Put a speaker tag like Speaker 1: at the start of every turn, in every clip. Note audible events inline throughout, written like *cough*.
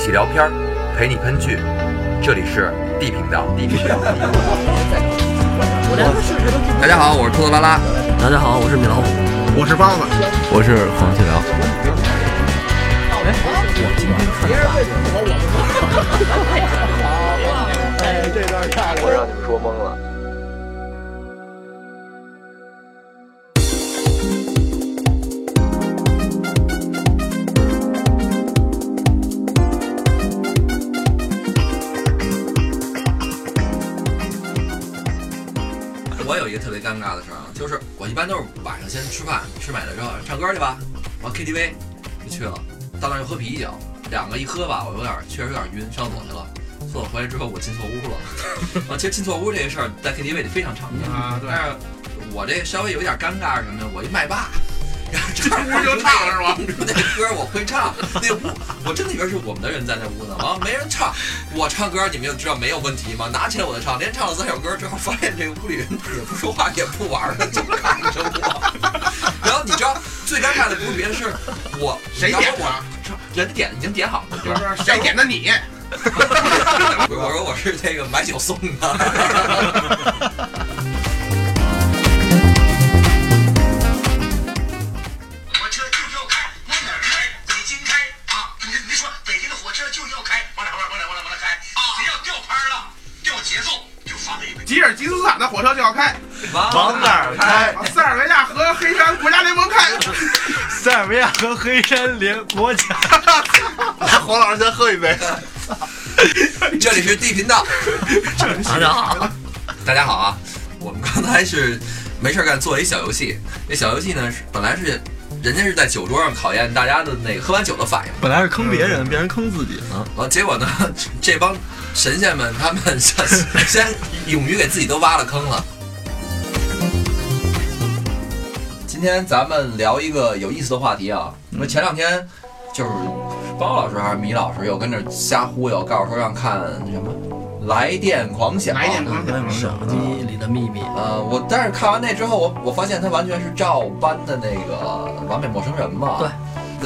Speaker 1: 起聊片儿，陪你喷剧。这里是 D 频道，D 频道。大家好，我是兔子拉拉。
Speaker 2: 大家好，我是米老虎。
Speaker 3: 我是包子，
Speaker 4: 我是黄细辽。
Speaker 5: 我让你们说懵了。
Speaker 1: 我有一个特别尴尬的事儿啊，就是我一般都是晚上先吃饭，吃买了之后唱歌去吧，完 KTV 就去了，到那儿就喝啤酒，两个一喝吧，我有点儿确实有点晕，上厕所去了。厕所回来之后，我进错屋了。 *laughs* 啊，其实进错屋这个事儿在 KTV 里非常常见
Speaker 3: 啊对
Speaker 1: 但是我这稍微有一点尴尬是什么呢？我一麦霸， *laughs* 然后这
Speaker 3: 屋就唱了是吧？
Speaker 1: 那歌我会唱，那屋我真的以为是我们的人在那屋呢，完了没人唱，我唱歌你们就知道没有问题吗？拿起来我就唱，连唱了三首歌之后，发现这个屋里人也不说话也不玩了，就看着我。 *laughs* 然后你知道最尴尬的不是别的是我
Speaker 3: 谁点
Speaker 1: 然后我唱人点已经点好了，就是
Speaker 3: 谁点的你？
Speaker 1: 我说我是这个买酒送的。
Speaker 6: 火车就要开，往哪儿开？北京开啊！你你说北京的火车就要开，往哪儿往哪儿往哪儿往哪儿开啊！只要掉拍儿了，掉节奏就发霉呗。
Speaker 3: 吉尔吉斯斯坦的火车就要开，
Speaker 4: 往哪儿开？
Speaker 3: 往塞尔维亚和黑山国家联盟开。
Speaker 4: 塞尔维亚和黑山联国家。
Speaker 5: 来，黄老师先喝一杯。
Speaker 1: *laughs* 这里是地频道，
Speaker 2: 大家好，
Speaker 1: 大家好啊！我们刚才是没事儿干做了一小游戏，那小游戏呢是本来是人家是在酒桌上考验大家的那个喝完酒的反应，
Speaker 4: 本来是坑别人，变成坑自己了。
Speaker 1: 完结果呢 *laughs* 这帮神仙们他们先先勇于给自己都挖了坑了。今天咱们聊一个有意思的话题啊！那前两天就是包老师还是米老师又跟着瞎忽悠，告诉说让看什么《来电狂想》，
Speaker 3: 来一点
Speaker 2: 啊
Speaker 3: 狂想，
Speaker 2: 手机里的秘密。
Speaker 1: 呃，我但是看完那之后，我我发现它完全是照搬的那个《完美陌生人》嘛。
Speaker 2: 对，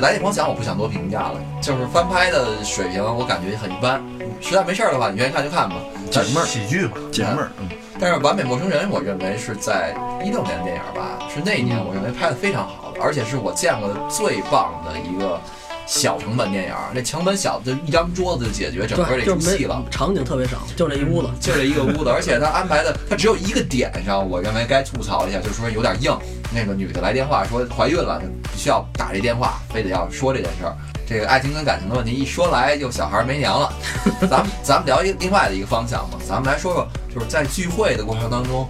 Speaker 1: 《来电狂想》我不想多评价了，就是翻拍的水平我感觉很一般。实在没事儿的话，你愿意看就看吧。
Speaker 4: 解闷儿，
Speaker 5: 喜剧嘛，
Speaker 4: 解闷儿。嗯
Speaker 1: 但是《完美陌生人》，我认为是在一六年的电影吧，是那一
Speaker 2: 嗯
Speaker 1: 年我认为拍的非常好的，而且是我见过的最棒的一个小成本电影。那成本小，就一张桌子就解决整个
Speaker 2: 对，
Speaker 1: 这
Speaker 2: 就
Speaker 1: 出
Speaker 2: 是
Speaker 1: 戏
Speaker 2: 没
Speaker 1: 了。
Speaker 2: 场景特别少，就这一屋子。
Speaker 1: 就这一个屋子，而且他安排的，他只有一个点上，我认为该吐槽一下，就是说有点硬。那个女的来电话说怀孕了，必须要打这电话，非得要说这件事儿。这个爱情跟感情的问题一说来就小孩没娘了。 *laughs* 咱们咱们聊一个另外的一个方向吧，咱们来说说就是在聚会的过程当中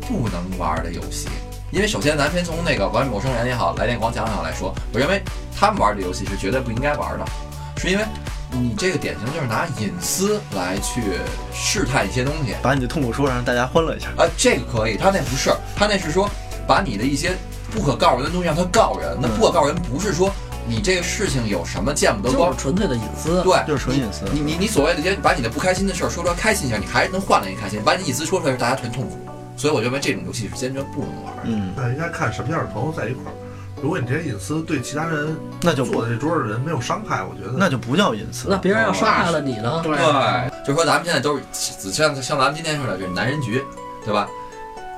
Speaker 1: 不能玩的游戏。因为首先，咱先从那个《玩陌生人》也好，《来电狂想》也好来说，我认为他们玩的游戏是绝对不应该玩的，是因为你这个典型就是拿隐私来去试探一些东西。
Speaker 4: 把你的痛苦说出来，让大家欢乐一下。
Speaker 1: 啊，这个可以，他那不是，他那是说把你的一些不可告人的东西让他告人。那不可告人不是说你这个事情有什么见不得
Speaker 2: 就
Speaker 1: 光
Speaker 2: 是，纯粹的隐私。
Speaker 1: 对，
Speaker 4: 就是纯隐私
Speaker 1: 你你你所谓的一些把你的不开心的事儿说出来开心一下，你还能换来一个开心；把你隐私说出来，大家全痛苦。所以我认为这种游戏是坚决不能玩的。
Speaker 4: 嗯，
Speaker 7: 呃
Speaker 8: 那应该看什么样的朋友在一块儿。如果你这些隐私对其他人
Speaker 4: 那就
Speaker 8: 坐
Speaker 4: 不
Speaker 8: 在这桌的人没有伤害，我觉得
Speaker 4: 那就不叫隐私
Speaker 2: 那
Speaker 4: 了。
Speaker 2: 别人要伤害了你呢？
Speaker 3: 对，
Speaker 1: 哦对，就说咱们现在都是像像咱们今天似的，这男人局，对吧？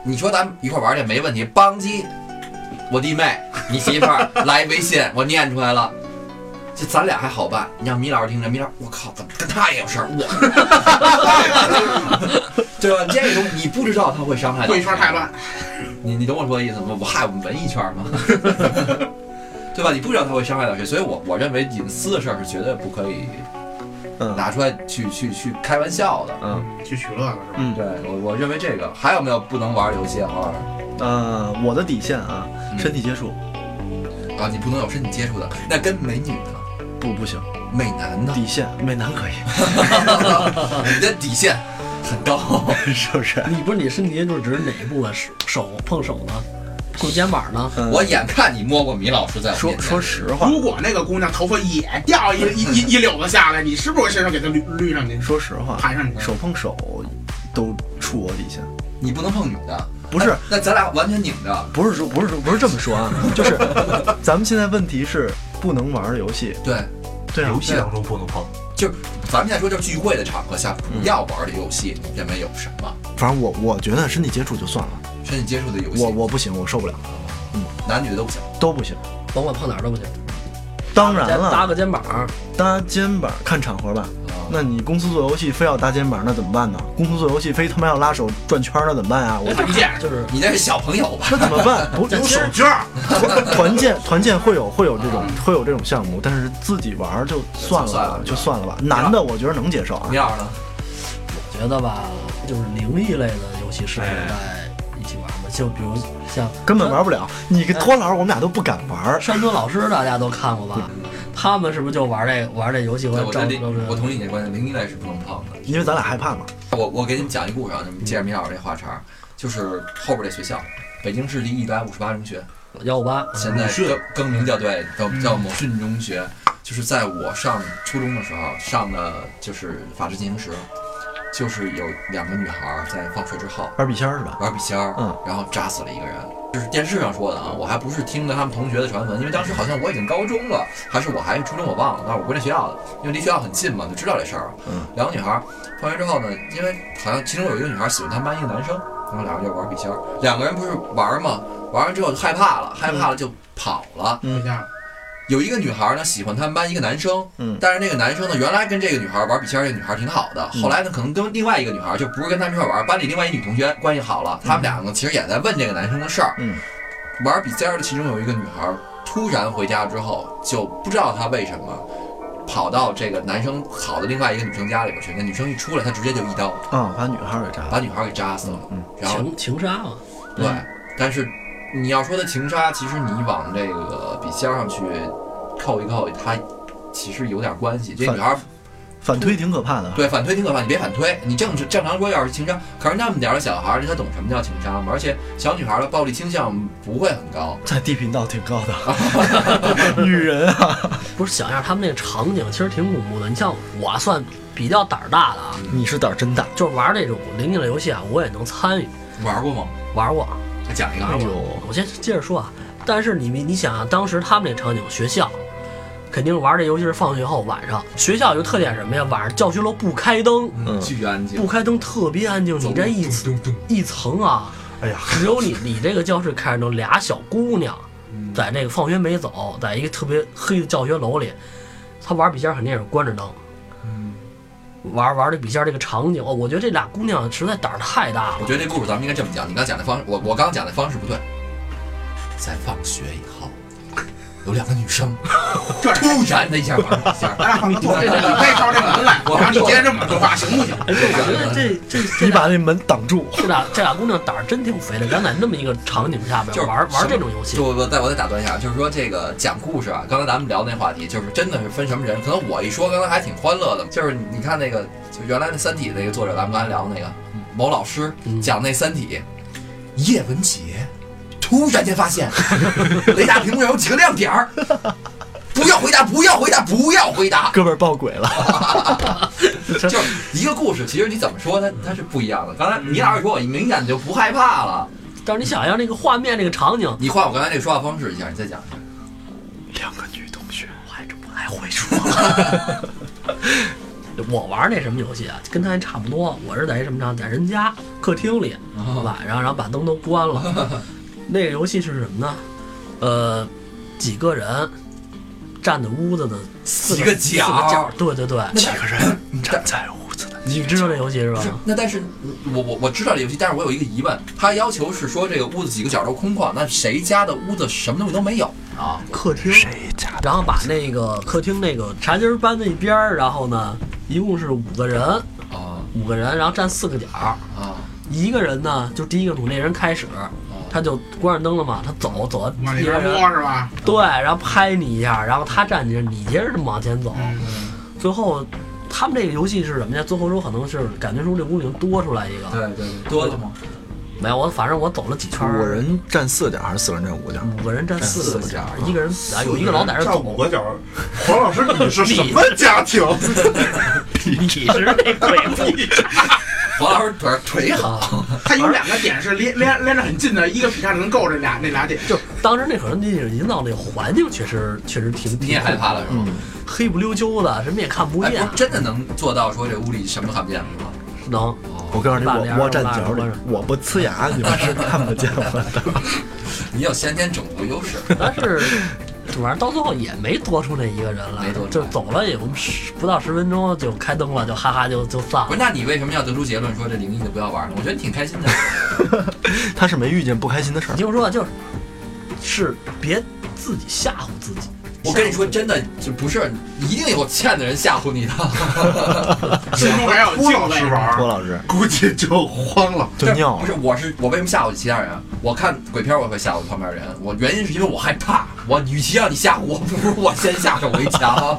Speaker 1: 你说咱们一块玩儿去没问题，邦叽，我弟妹，你媳妇儿 *laughs* 来微信，我念出来了。这咱俩还好办，你让米老师听着，米老师，我靠，怎么跟他也有事儿？ *laughs* 我，对吧？这种你不知道他会伤害到
Speaker 3: 贵
Speaker 1: 你。
Speaker 3: 圈太乱，
Speaker 1: 你你懂我说的意思吗？我害我们文艺圈吗？ *laughs* 对吧？你不知道他会伤害到谁，所以我我认为隐私的事儿是绝对不可以
Speaker 4: 嗯
Speaker 1: 拿出来去去去开玩笑的。
Speaker 4: 嗯
Speaker 3: 去取乐了是吧？
Speaker 4: 嗯
Speaker 1: 对我我认为这个还有没有不能玩的游戏啊？黄老师
Speaker 4: 呃，我的底线啊，
Speaker 1: 嗯
Speaker 4: 身体接触
Speaker 1: 啊，你不能有身体接触的，那跟美女呢？
Speaker 4: 不不行，
Speaker 1: 美男呢？
Speaker 4: 底线美男可以，
Speaker 1: 你的底线很高，
Speaker 4: *laughs* *laughs* 是不是？
Speaker 2: 你不是你身体接触指哪一部分？啊手手碰手呢？碰肩膀呢？
Speaker 4: 嗯
Speaker 1: 我眼看你摸过米老师在我
Speaker 4: 说
Speaker 1: 面前
Speaker 4: 说实话，
Speaker 3: 如果那个姑娘头发也掉一一一一绺子下来，你是不是伸手给她捋捋上去，
Speaker 4: 说实话，
Speaker 3: 盘上去？
Speaker 4: 手碰手都触我底线，
Speaker 1: 你不能碰女的，
Speaker 4: 不是
Speaker 1: 哎那咱俩完全拧着，
Speaker 4: 不是说不是说不是这么说啊， *laughs* 就是咱们现在问题是不能玩的游戏，
Speaker 1: 对，
Speaker 4: 对啊，
Speaker 8: 游戏当中不能碰。
Speaker 1: 就是咱们现在说，就是聚会的场合下不要玩的游戏，你认为有什么？
Speaker 4: 反正我我觉得身体接触就算了，
Speaker 1: 身体接触的游戏，
Speaker 4: 我我不行，我受不了，
Speaker 1: 男女的都不行。
Speaker 4: 都不行。
Speaker 2: 甭管碰哪儿都不行。
Speaker 4: 当然
Speaker 2: 再搭
Speaker 4: 了，
Speaker 2: 个肩膀，
Speaker 4: 搭肩膀看场合吧。
Speaker 1: 嗯
Speaker 4: 那你公司做游戏非要搭肩膀，那怎么办呢？公司做游戏非他妈要拉手转圈儿，那怎么办啊？ *laughs* 我
Speaker 3: 团建
Speaker 2: 就是
Speaker 1: 你那是小朋友吧？
Speaker 4: 那怎么办？不
Speaker 2: 这
Speaker 4: 有
Speaker 2: 其
Speaker 4: 手
Speaker 2: 实
Speaker 4: 绢儿，团 *laughs* 团建团建会有会有这种会有这种项目，但是自己玩儿就算了吧，
Speaker 1: 就
Speaker 4: 就算了吧。男的我觉得能接受啊
Speaker 1: 你，要呢？
Speaker 2: 我觉得吧，就是灵异类的游戏适合在一起玩吧，就比如像
Speaker 4: 根本玩不了。你个托老，我们俩都不敢玩儿。
Speaker 2: 山村老师，大家都看过吧？他们是不是就玩这玩这游戏
Speaker 1: 嗯对，
Speaker 2: 和
Speaker 1: 我
Speaker 2: 招
Speaker 1: 这
Speaker 2: 招人？
Speaker 1: 我同意你的观点，零一类是不能碰的。
Speaker 4: 因为咱俩害怕嘛，
Speaker 1: 我我给你们讲一故事啊，你们接着米老师这话茬儿，就是后边这学校，北京市立一百五十八中学，
Speaker 2: 幺五八，嗯
Speaker 1: 现在更更名叫对叫叫某训中学，就是在我上初中的时候上的就是法制进行时，就是有两个女孩儿在放学之后
Speaker 4: 玩笔仙儿是吧？
Speaker 1: 玩笔仙儿，
Speaker 4: 嗯，
Speaker 1: 然后扎死了一个人。就是电视上说的啊，我还不是听的他们同学的传闻，因为当时好像我已经高中了，还是我还是初中，我忘了。但是我归这学校的，因为离学校很近嘛，就知道这事儿了。
Speaker 4: 嗯，
Speaker 1: 两个女孩儿放学之后呢，因为好像其中有一个女孩喜欢他们班一个男生，然后俩人就玩笔仙儿，两个人不是玩嘛，玩完之后就害怕了，害怕了就跑了。
Speaker 3: 回家了，
Speaker 1: 有一个女孩呢喜欢他们班一个男生，
Speaker 4: 嗯
Speaker 1: 但是那个男生呢原来跟这个女孩玩笔仙儿，这个女孩挺好的，后来呢可能跟另外一个女孩就不是跟他们一块玩，班里另外一女同学关系好了，他们俩呢其实也在问这个男生的事儿，
Speaker 4: 嗯，
Speaker 1: 玩笔尖儿的其中有一个女孩儿突然回家之后就不知道她为什么。跑到这个男生好的另外一个女生家里边去，那女生一出来，她直接就一刀
Speaker 4: 啊，把女孩儿给扎了。
Speaker 1: 把女孩给扎死了。
Speaker 4: 嗯
Speaker 1: 然后
Speaker 2: 情情杀啊嘛，
Speaker 1: 对，但是你要说的情杀，其实你往这个笔仙儿上去扣一扣，它其实有点关系。这
Speaker 4: 反
Speaker 1: 女孩儿
Speaker 4: 反推挺可怕的啊。
Speaker 1: 对反推挺可怕，你别反推。你正正常说要是情杀，可是那么点儿的小孩儿，她懂什么叫情杀吗？而且小女孩儿的暴力倾向不会很高。
Speaker 4: 在地频道挺高的， *laughs* 女人啊，
Speaker 2: 不是想一下他们那个场景，其实挺恐怖的。你像我算比较胆儿大的啊，
Speaker 4: 你是胆儿真大。
Speaker 2: 就是玩这种灵异类游戏啊，我也能参与
Speaker 1: 玩过吗？
Speaker 2: 玩过。
Speaker 1: 再讲一个
Speaker 2: 哎呦，我先接着说啊。但是你你想啊，当时他们那场景，学校肯定玩这游戏是放学后晚上。学校有个特点什么呀？晚上教学楼不开灯，
Speaker 1: 嗯，巨安静
Speaker 2: 不。开灯特别安静。你这一
Speaker 1: 咚咚
Speaker 2: 一层啊，
Speaker 8: 哎呀，
Speaker 2: 只
Speaker 1: *laughs*
Speaker 2: 有你你这个教室开着灯，俩小姑娘
Speaker 1: 嗯
Speaker 2: 在那个放学没走，在一个特别黑的教学楼里，她玩笔仙儿肯定也是关着灯。
Speaker 1: 嗯
Speaker 2: 玩玩这笔仙儿这个场景，哦我觉得这俩姑娘实在胆儿太大
Speaker 1: 我
Speaker 2: 了。
Speaker 1: 觉得这故事咱们应该这么讲，你刚讲的方式，我我刚讲的方式不对。在放学以后，有两个女 *laughs* 生突然的一下玩了一下，
Speaker 3: 咱俩换个座，这这你可以照这门来，
Speaker 1: 我
Speaker 3: 然后你接着这么说话，行不行？
Speaker 2: 哎，我觉得这这这
Speaker 4: 你
Speaker 2: 俩
Speaker 4: 把那门挡住，
Speaker 2: 这俩这俩姑娘胆儿真挺肥的，敢在那么一个场景下
Speaker 1: 就是
Speaker 2: 边玩
Speaker 1: 什么
Speaker 2: 玩这种游戏
Speaker 1: 就，我再我再打断一下，啊就是说这个讲故事啊，刚才咱们聊那话题，就是真的是分什么人。可能我一说，刚才还挺欢乐的。就是你看那个，就原来那《三体》那个作者，咱们刚才聊那个某老师
Speaker 2: 嗯
Speaker 1: 讲那《三体》，叶文洁突然间发现雷达屏幕上有几个亮点儿，不要回答，不要回答，不要回答。
Speaker 4: 哥们儿爆鬼了。
Speaker 1: 就是一个故事，其实你怎么说它它是不一样的。刚才你老师说我明显就不害怕了，
Speaker 2: 但是你想一下那个画面那个场景，
Speaker 1: 你换我刚才那个说话方式一下，你再讲一下。
Speaker 4: 两个女同学，
Speaker 2: 我还真不太会说。 *laughs* 我玩那什么游戏啊，跟他还差不多。我是在一什么场，在人家客厅里，晚上然后把灯都关 *laughs* 了。那个游戏是什么呢？呃，几个人站在屋子的四
Speaker 1: 几个
Speaker 2: 四
Speaker 1: 角
Speaker 2: 个角，对对对，
Speaker 4: 几个人站在屋子的。
Speaker 2: 你知道这游戏是吧
Speaker 1: 不是？，那但是我我我知道这游戏，但是我有一个疑问，它要求是说这个屋子几个角都空旷，那谁家的屋子什么东西都没有啊？
Speaker 2: 客厅，然后把那个客厅那个茶几儿搬到一边儿，然后呢，一共是五个人，
Speaker 1: 啊
Speaker 2: 五个人，然后站四个角儿，
Speaker 1: 啊！
Speaker 2: 一个人呢，就第一个从那人开始，
Speaker 1: 哦
Speaker 2: 他就关上灯了嘛，他走走，
Speaker 3: 往
Speaker 2: 一
Speaker 3: 里
Speaker 2: 个
Speaker 3: 边
Speaker 2: 人
Speaker 3: 摸是吧？
Speaker 2: 对，然后拍你一下，然后他站起来，你接着这么往前走，
Speaker 1: 嗯
Speaker 3: 嗯
Speaker 2: 最后他们这个游戏是什么呀？最后说可能是感觉说这屋里能多出来一个，
Speaker 1: 对对对，多了 *laughs* 吗？
Speaker 2: 没有我反正我走了几圈儿，
Speaker 4: 五人站四点还是四个人站五点？
Speaker 2: 五个人站四个
Speaker 1: 四个
Speaker 2: 角儿，
Speaker 1: 角
Speaker 2: 一个人啊有一个老在这
Speaker 8: 站
Speaker 7: *laughs*
Speaker 2: 走，
Speaker 8: 五个角儿，黄老师，你是什么家庭？
Speaker 2: *laughs* 你是那鬼畜。
Speaker 1: 黄老师腿腿
Speaker 2: 啊
Speaker 1: 好，
Speaker 3: 他有两个点是连连连着很近的，一个劈叉能够着俩那俩点。
Speaker 2: 就当时那会儿那个营造那个环境确实确实挺，
Speaker 1: 你也害怕了是吗？
Speaker 2: 黑不溜秋的，什么也看不
Speaker 1: 哎，
Speaker 2: 见
Speaker 1: 不，真的能做到说这屋里什么都看不见是吗？
Speaker 2: 能。
Speaker 1: 哦
Speaker 4: 我告诉你，
Speaker 2: 把帘儿
Speaker 4: 我我站
Speaker 2: 拉
Speaker 4: 角里
Speaker 2: 上拉上，
Speaker 4: 我不呲牙，你们是看不见我的。
Speaker 1: 你有先天种族优势，
Speaker 2: 但是反正到最后也没多出那一个人来
Speaker 1: 没多，出
Speaker 2: 就
Speaker 1: 来
Speaker 2: 走了也不十不到十分钟就开灯了，就哈哈就就散
Speaker 1: 不
Speaker 2: 了
Speaker 1: 是？。那你为什么要得出结论说这灵异的不要玩呢？我觉得挺开 *laughs* 心的。
Speaker 4: 他是没遇见不开心的事儿
Speaker 2: 你，听我说，就是是别自己吓唬自己。
Speaker 1: 我跟你说，真的就不是，一定有欠的人吓唬你的。
Speaker 3: 心中还要有
Speaker 7: 郭
Speaker 3: 敬
Speaker 7: 老
Speaker 3: 畏
Speaker 7: 师。玩
Speaker 4: 郭
Speaker 7: 儿，
Speaker 4: 老师
Speaker 7: 估计就慌了。
Speaker 4: 就尿
Speaker 1: 不是，
Speaker 4: 了。
Speaker 1: 我是我为什么吓唬其他人啊？我看鬼片我会吓唬旁边人，我原因是因为我害怕。我与其让你吓唬我，不如我先下手为强。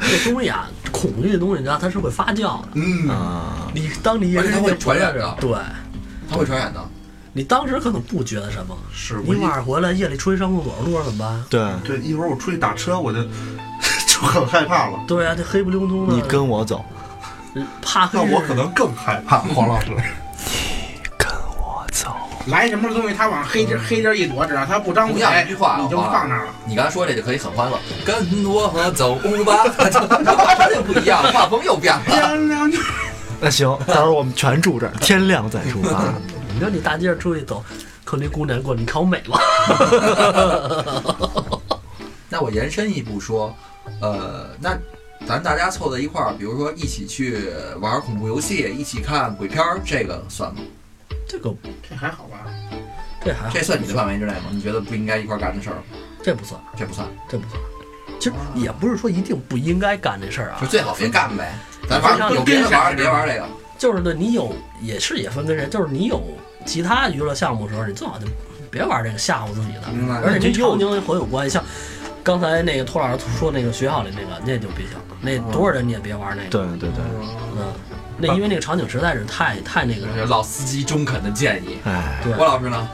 Speaker 2: 这东西啊，恐惧的东西，你知道它是会发酵的。
Speaker 7: 嗯，
Speaker 4: 啊，
Speaker 2: 你当你一
Speaker 1: 而且它会传染的
Speaker 2: 对
Speaker 1: 它会传染的。
Speaker 2: 你当时可能不觉得什么，
Speaker 7: 是
Speaker 2: 你
Speaker 7: 我
Speaker 2: 晚
Speaker 7: 一
Speaker 2: 上回来夜里出去上厕所，路上怎么办？
Speaker 4: 对
Speaker 7: 对一会儿我出去打车，我就就很害怕了。
Speaker 2: 对啊，这黑不溜秋的，
Speaker 4: 你跟我走，
Speaker 2: 怕黑
Speaker 7: 那我
Speaker 2: 日
Speaker 7: 可能更害怕，黄老师。
Speaker 4: 跟我走。
Speaker 3: 来什么东西，他往黑这黑这一躲，只要他不张
Speaker 1: 同
Speaker 3: 嘴，
Speaker 1: 样一句话，
Speaker 3: 你就放那儿了。。
Speaker 1: 你刚才说这就可以很欢乐，跟我走吧， *laughs* 完全不一样，画风又变了。
Speaker 3: 亮亮就
Speaker 4: 那行，到时候我们全住这儿，天亮再出发。
Speaker 2: 你说你大街上出去走，可那姑娘过，你看我美吗？
Speaker 1: 那我延伸一步说，呃，那咱大家凑在一块儿，比如说一起去玩恐怖游戏，一起看鬼片儿，这个算吗？
Speaker 2: 这个
Speaker 3: 这还好吧？
Speaker 2: 这还好
Speaker 1: 这，算你的范围之内吗？你觉得不应该一块儿干的事儿，
Speaker 2: 这不算，
Speaker 1: 这不算，
Speaker 2: 这不算。其实也不是说一定不应该干这事儿啊
Speaker 1: 就，最好别干呗。咱玩嗯儿有别的玩儿，别玩儿这个。
Speaker 2: 就是呢，你有也是也分跟人，就是你有其他娱乐项目的时候，你最好就别玩这个吓唬自己的，
Speaker 1: 明白
Speaker 2: 而且跟场景很有关系。像刚才那个托老师说那个学校里那个，那就别想，那
Speaker 1: 嗯
Speaker 2: 多少人你也别玩那个。
Speaker 4: 对对对，
Speaker 2: 嗯，那因为那个场景实在是太太那个什么。
Speaker 1: 老司机中肯的建议。
Speaker 4: 哎，
Speaker 2: 对
Speaker 1: 郭老师呢？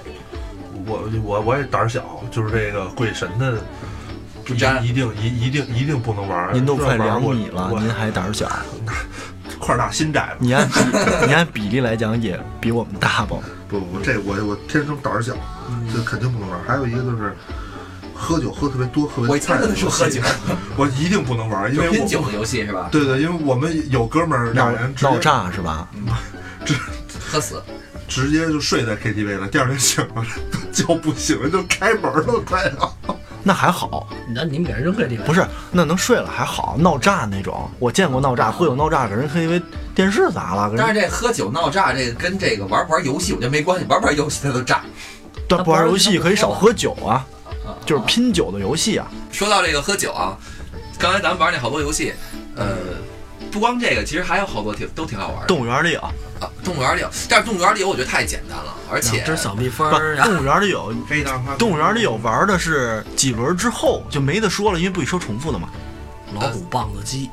Speaker 7: 我我我也胆儿小，就是这个鬼神的，
Speaker 1: 不沾
Speaker 7: 一一定一一定一定不能玩儿。
Speaker 4: 您都
Speaker 7: 要
Speaker 4: 快
Speaker 7: 玩儿
Speaker 4: 两
Speaker 7: 我
Speaker 4: 米了，
Speaker 7: 我
Speaker 4: 您还胆儿小？
Speaker 7: 块儿大心窄吧？
Speaker 4: 你按比 *laughs* 你按比例来讲，也比我们大吧？
Speaker 9: 不不，这我我天生胆儿小，
Speaker 4: 嗯
Speaker 9: 这肯定不能玩儿。还有一个就是喝酒喝特别多，喝特
Speaker 1: 我
Speaker 9: 别
Speaker 1: 一听
Speaker 9: 菜
Speaker 1: 他
Speaker 9: 的
Speaker 1: 就说喝酒，
Speaker 7: *laughs* 我一定不能玩儿，因
Speaker 1: 就
Speaker 7: 为
Speaker 1: 拼
Speaker 7: 我
Speaker 1: 酒的游戏是吧？
Speaker 7: 对对，因为我们有哥们儿
Speaker 4: 闹
Speaker 7: 俩人直
Speaker 4: 闹
Speaker 7: 接
Speaker 4: 炸是吧？
Speaker 1: 喝死。
Speaker 7: 直接就睡在 KTV 了，第二天醒了 *laughs* 都叫不醒了，就开门了，快要。
Speaker 4: 那还好，
Speaker 2: 那你们给人扔给你们
Speaker 4: 不是那能睡了还好，闹炸那种我见过闹炸，喝酒闹炸给人 KTV 电视砸了，给
Speaker 1: 但
Speaker 4: 人
Speaker 1: 是这喝酒闹炸，这个跟这个玩不玩游戏我觉得没关系，玩不玩游戏他都炸。
Speaker 4: 但不玩游戏可以少喝酒啊，
Speaker 1: 啊
Speaker 4: 就是拼酒的游戏啊。
Speaker 1: 说到这个喝酒啊，刚才咱们玩那好多游戏，呃，不光这个，其实还有好多挺都挺好玩的。
Speaker 4: 动物园里有，
Speaker 1: 啊，动物园里有，但是动物园里有我觉得太简单了，而且
Speaker 2: 这是小蜜蜂
Speaker 4: 不
Speaker 2: 儿，然后
Speaker 4: 动物园里有，
Speaker 3: 飞啊到花
Speaker 4: 动物园里有玩的是几轮之后就没得说了，因为不许说重复的嘛。
Speaker 2: 老虎棒子鸡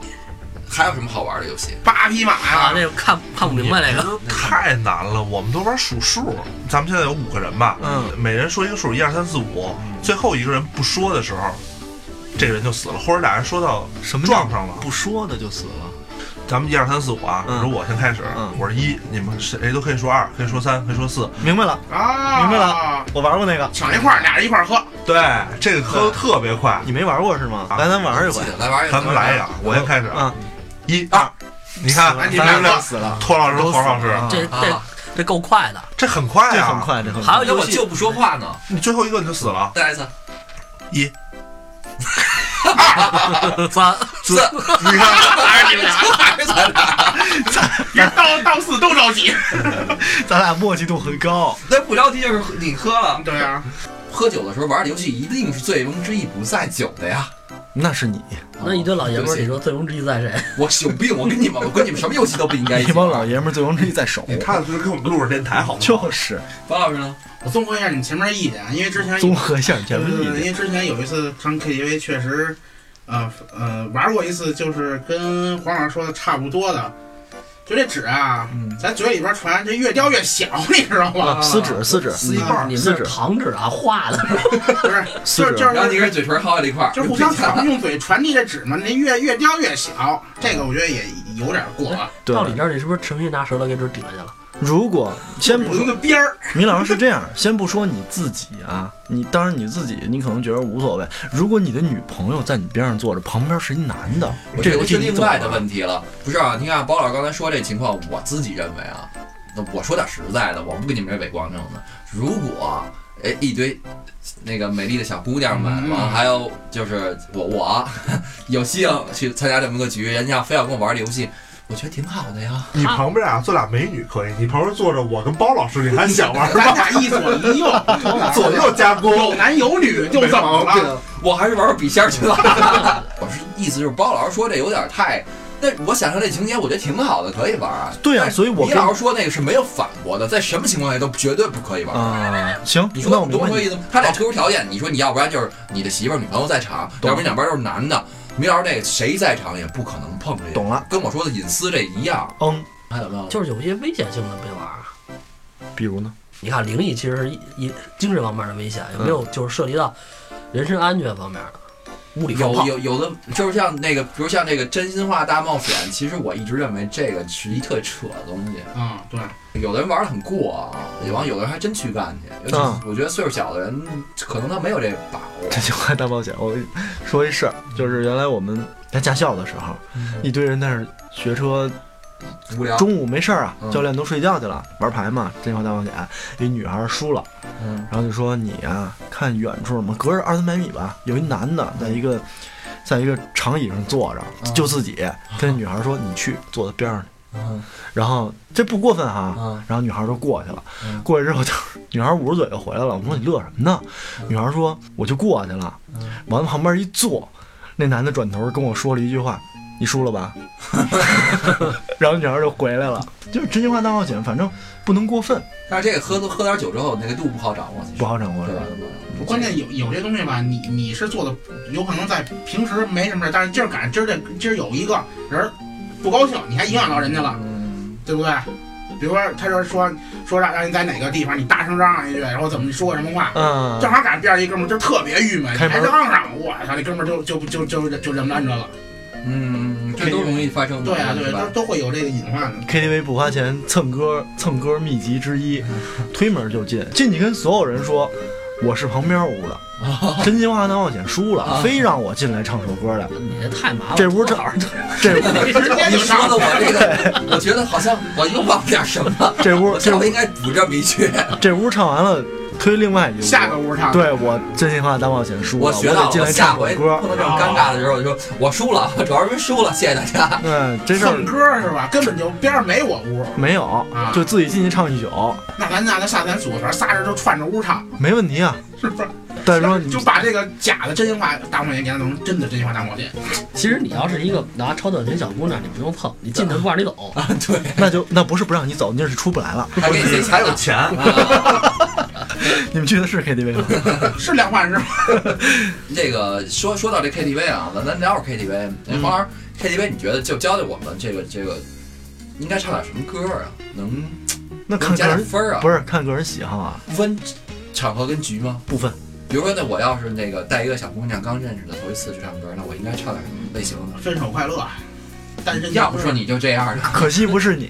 Speaker 1: 还有什么好玩的游戏？
Speaker 3: 八匹马
Speaker 2: 啊，
Speaker 3: 呀，
Speaker 2: 那个看看不明白那
Speaker 7: 嗯
Speaker 2: 个。
Speaker 7: *laughs* 太难了，我们都玩数数。咱们现在有五个人吧，
Speaker 4: 嗯，
Speaker 7: 每人说一个数，一二三四五，最后一个人不说的时候，这个人就死了，或者俩人说到
Speaker 4: 什么叫
Speaker 7: 撞上了。
Speaker 4: 不说的就死了。
Speaker 7: 咱们一二三四五啊，
Speaker 4: 嗯
Speaker 7: 如果我先开始，
Speaker 4: 嗯
Speaker 7: 我是一，你们谁都可以说二，可以说三，可以说四。
Speaker 4: 明白了，
Speaker 3: 啊，
Speaker 4: 明白了，，我玩过那个，
Speaker 3: 抢一块儿，俩人一块儿喝，
Speaker 7: 对，这个喝的特别快。
Speaker 4: 你没玩过是吗？
Speaker 7: 啊
Speaker 4: 来，咱玩一回
Speaker 1: 记。得来玩一个，
Speaker 7: 咱们来一个，我先开始，
Speaker 4: 啊，
Speaker 7: 一二，你看，
Speaker 3: 哎你
Speaker 7: 嗯咱
Speaker 3: 们
Speaker 7: 们
Speaker 3: 俩
Speaker 7: 俩
Speaker 4: 死了，
Speaker 7: 托老师和黄老师，
Speaker 4: 啊
Speaker 2: 这这
Speaker 1: 啊
Speaker 2: 这够快的，
Speaker 7: 嗯这很快
Speaker 4: 这
Speaker 7: 啊，
Speaker 4: 很。快，这很快。
Speaker 2: 还有
Speaker 1: 要
Speaker 2: 游
Speaker 1: 我
Speaker 2: 戏
Speaker 1: 就不说话呢。
Speaker 7: 你最后一个你就死了，
Speaker 1: 再来一次， *laughs*
Speaker 2: *laughs* 三
Speaker 1: 四，
Speaker 7: 你看，
Speaker 3: 还 *laughs* 是你们俩，
Speaker 1: 还是咱俩？
Speaker 3: 人到到死都着急。
Speaker 4: 咱俩默契度很高。
Speaker 1: 那不聊题就是你喝了，
Speaker 3: *laughs* 对啊，
Speaker 1: 喝酒的时候玩的游戏一定是醉翁之意不在酒的呀。
Speaker 4: 那是你，
Speaker 2: 那一堆老爷们儿，
Speaker 1: 对
Speaker 2: 你
Speaker 1: 不起
Speaker 2: 说醉翁之意在谁？
Speaker 1: 我是有病，我跟你们，我跟你们什么游戏都不应该一
Speaker 4: 一
Speaker 1: 起
Speaker 4: 帮
Speaker 1: 玩。
Speaker 4: 老爷们儿醉翁之意在手。
Speaker 1: 哎
Speaker 7: 你踏踏实实给我们录着电台好吗？
Speaker 4: 就是
Speaker 1: 王老师呢？
Speaker 3: 我综合一下你们前面的意见，因为之前
Speaker 4: 综合一下前
Speaker 3: 呃
Speaker 4: 面
Speaker 3: 因为之前有一次上 KTV 确实，呃呃玩过一次，就是跟黄老师说的差不多的，就这纸啊，咱嘴里边传，这越叼越小，你知道吗？
Speaker 4: 撕纸撕纸嗯
Speaker 3: 撕一半儿
Speaker 2: 你们
Speaker 4: 撕
Speaker 2: 这
Speaker 4: 纸
Speaker 2: 是糖纸啊， *laughs* 画的，
Speaker 3: *laughs* 不是，
Speaker 4: 撕
Speaker 3: 就是
Speaker 4: 纸
Speaker 3: 就
Speaker 1: 然后你
Speaker 3: 是
Speaker 1: 跟嘴唇薅在一块儿，
Speaker 3: 就是互相传用嘴传递这纸嘛，那越越叼越小，这个我觉得也有点过啊了，
Speaker 4: *laughs* 对
Speaker 2: 到里边儿你是不是诚心拿舌头给纸顶下去了？
Speaker 4: 如果
Speaker 7: 嗯
Speaker 4: 先不
Speaker 3: 有一
Speaker 4: 说，
Speaker 3: 个边儿，
Speaker 4: 米老师是这样，先不说你自己啊，你当然你自己你可能觉得无所谓。如果你的女朋友在你边上坐着，旁边是一男的，
Speaker 1: 我觉
Speaker 4: 这游
Speaker 1: 得
Speaker 4: 戏
Speaker 1: 是
Speaker 4: 你啊
Speaker 1: 另
Speaker 4: 怎么
Speaker 1: 外
Speaker 4: 玩
Speaker 1: 的问题了。不是啊，你看包老师刚才说这情况，我自己认为啊，那我说点实在的，我不跟你们这伪光正的。如果哎一堆那个美丽的小姑娘们，
Speaker 4: 嗯
Speaker 1: 然后还有就是我我有幸去参加这么个局，人家非要跟我玩这游戏，我觉得挺好的呀。
Speaker 7: 你旁边啊坐俩美女可以，你旁边坐着我跟包老师，你还想玩
Speaker 3: 咱俩一左一右，
Speaker 7: *laughs* 左右夹攻？
Speaker 3: 有男有女就怎么了？
Speaker 1: 我还是玩玩笔仙儿去了。 *laughs* 我是意思就是包老师说这有点太。那我想象这情节，我觉得挺好的，可以玩啊。
Speaker 4: 对啊
Speaker 1: 但是
Speaker 4: 所以我
Speaker 1: 李
Speaker 4: 跟
Speaker 1: 老师说那个是没有反驳的，在什么情况下都绝对不可以玩。
Speaker 4: 啊？行，
Speaker 1: 你
Speaker 4: 那
Speaker 1: 说
Speaker 4: 我
Speaker 1: 你
Speaker 4: 明
Speaker 1: 懂
Speaker 4: 白
Speaker 1: 我
Speaker 4: 你
Speaker 1: 意思吗？他俩特殊条件，你说你要不然就是你的媳妇儿、女朋友在场，
Speaker 4: 懂
Speaker 1: 要不然两边都是男的。明儿那个谁在场也不可能碰这个，
Speaker 4: 懂了？
Speaker 1: 跟我说的隐私这一样，
Speaker 4: 嗯，
Speaker 1: 还怎么样？
Speaker 2: *laughs* 就是有一些危险性的没玩儿。啊
Speaker 4: 比如呢？ *laughs*
Speaker 2: 你看灵异其实是一一精神方面的危险，有没
Speaker 4: 嗯
Speaker 2: 有就是涉及到人身安全方面的？物理
Speaker 1: 有
Speaker 2: 防炮
Speaker 1: 有有的就是像那个，比如像这个真心话大冒险，其实我一直认为这个是一特扯的东西。
Speaker 3: 嗯，对，
Speaker 1: 有的人玩的很过啊，有完有的人还真去干去。尤
Speaker 4: 嗯
Speaker 1: 其我觉得岁数小的人，可能他没有这把握
Speaker 4: 这。就快大冒险。我跟你说一事儿，就是原来我们在驾校的时候，一堆人在那儿学车，
Speaker 1: 无聊，
Speaker 4: 中午没事儿啊
Speaker 1: 嗯，
Speaker 4: 教练都睡觉去了，玩牌嘛，真话大冒险。一女孩输了，
Speaker 1: 嗯
Speaker 4: 然后就说你啊，看远处嘛，隔着二三百米吧，有一男的在一个在一个长椅上坐着，就自己跟女孩说你去坐在边上去。
Speaker 1: 嗯
Speaker 4: 然后这不过分哈，
Speaker 1: 嗯
Speaker 4: 然后女孩就过去了，
Speaker 1: 嗯
Speaker 4: 过去之后就女孩捂着嘴就回来了。我说你乐什么呢？
Speaker 1: 嗯
Speaker 4: 女孩说我就过去了，往旁边一坐，那男的转头跟我说了一句话：“你输了吧？”
Speaker 1: *laughs*
Speaker 4: 然后女孩就回来了。就是真心话大冒险，反正不能过分，
Speaker 1: 但是这个喝多喝点酒之后，那个度不好掌握，其实
Speaker 4: 不好掌握
Speaker 1: 对
Speaker 4: 是吧
Speaker 1: 吧？？
Speaker 3: 关键有有些东西吧，你你是做的，有可能在平时没什么事儿，但是今儿赶今儿这今儿有一个人儿不高兴，你还影响到人家了，
Speaker 4: 嗯
Speaker 3: 对不对？比如说他说说说让让你在哪个地方，你大声嚷嚷一句，然后怎么说什么话，
Speaker 4: 嗯
Speaker 3: 正好赶上边上一哥们儿就特别郁闷，你
Speaker 4: 开
Speaker 3: 还
Speaker 4: 门
Speaker 3: 嚷嚷，我操，那哥们儿就就就就就就忍不了你这个，
Speaker 1: 嗯，这都容易发生的，
Speaker 3: 对啊对
Speaker 1: 是
Speaker 3: 啊，
Speaker 1: 吧？
Speaker 3: 都都会有这个隐患的。
Speaker 4: KTV 不花钱蹭歌蹭歌秘籍之一，
Speaker 1: 嗯
Speaker 4: 推门就进，进去跟所有人说我是旁边屋
Speaker 1: *laughs*
Speaker 4: 的，真心话大冒险输
Speaker 1: 啊
Speaker 4: 了，非让我进来唱首歌来，
Speaker 2: 你这太麻烦了。
Speaker 4: 这屋
Speaker 1: *laughs*
Speaker 4: 正
Speaker 2: 多少人都
Speaker 4: 这屋
Speaker 3: 直接
Speaker 1: 你
Speaker 3: *laughs* 就
Speaker 1: 说
Speaker 3: 上
Speaker 1: 的我这
Speaker 3: *laughs*
Speaker 1: 个，我觉得好像我又忘不点什么，
Speaker 4: *laughs* 这屋
Speaker 1: 我下
Speaker 4: 这
Speaker 1: 回
Speaker 4: 屋
Speaker 1: 应该补这么一句。
Speaker 4: 这屋唱完了，推另外一屋，
Speaker 3: 下个屋上，
Speaker 4: 对我真心话大冒险输了，
Speaker 1: 我
Speaker 4: 我
Speaker 1: 学到
Speaker 4: 得进
Speaker 1: 了，
Speaker 4: 来
Speaker 1: 下
Speaker 4: 唱
Speaker 1: 回 *laughs*
Speaker 4: 首
Speaker 1: 碰
Speaker 4: 歌，
Speaker 1: 到这种尴尬的时候，我就说我输了，主要是因为输了，谢谢大家。 *laughs*
Speaker 4: 嗯，这事
Speaker 3: 蹭
Speaker 4: 儿
Speaker 3: 歌儿是吧？根本就边上没我屋，
Speaker 4: 没有，就自己进去唱一宿，
Speaker 3: 那咱那咱下咱组团仨人就串着屋唱，
Speaker 4: 没问题啊。
Speaker 3: 是不是？
Speaker 4: 但是说你
Speaker 3: 就把这个假的真心话大冒险给它弄成真的真心话大冒
Speaker 1: *laughs*
Speaker 3: 险，
Speaker 2: *laughs* 其实你要是一个拿超短裙小姑娘，你不用碰，你进去不让你走。
Speaker 1: 对，
Speaker 4: 那就那不是不让你走，那是出不来了。
Speaker 1: 还给你
Speaker 3: *laughs*
Speaker 8: 还有钱，
Speaker 4: 你们去的是 KTV 吗？
Speaker 3: 是量化是吗？
Speaker 1: 这个说说到这 KTV 啊，咱咱聊会儿 KTV。那花儿 KTV，你觉得就教教我们这个这个应该唱点什么歌啊？ *laughs* 能
Speaker 4: 那
Speaker 1: 能
Speaker 4: 看
Speaker 1: 加
Speaker 4: 个
Speaker 1: 点
Speaker 4: 人
Speaker 1: 分儿啊？
Speaker 4: 不是看个人喜好啊，
Speaker 1: 不分场合跟局吗？
Speaker 4: 不分。
Speaker 1: 比如说，那我要是那个带一个小姑娘刚认识的，头一次去唱歌，那我应该唱点什么类型的？
Speaker 3: 分手快乐，啊单身
Speaker 1: 要不说你就这样的，
Speaker 4: 可惜不是你，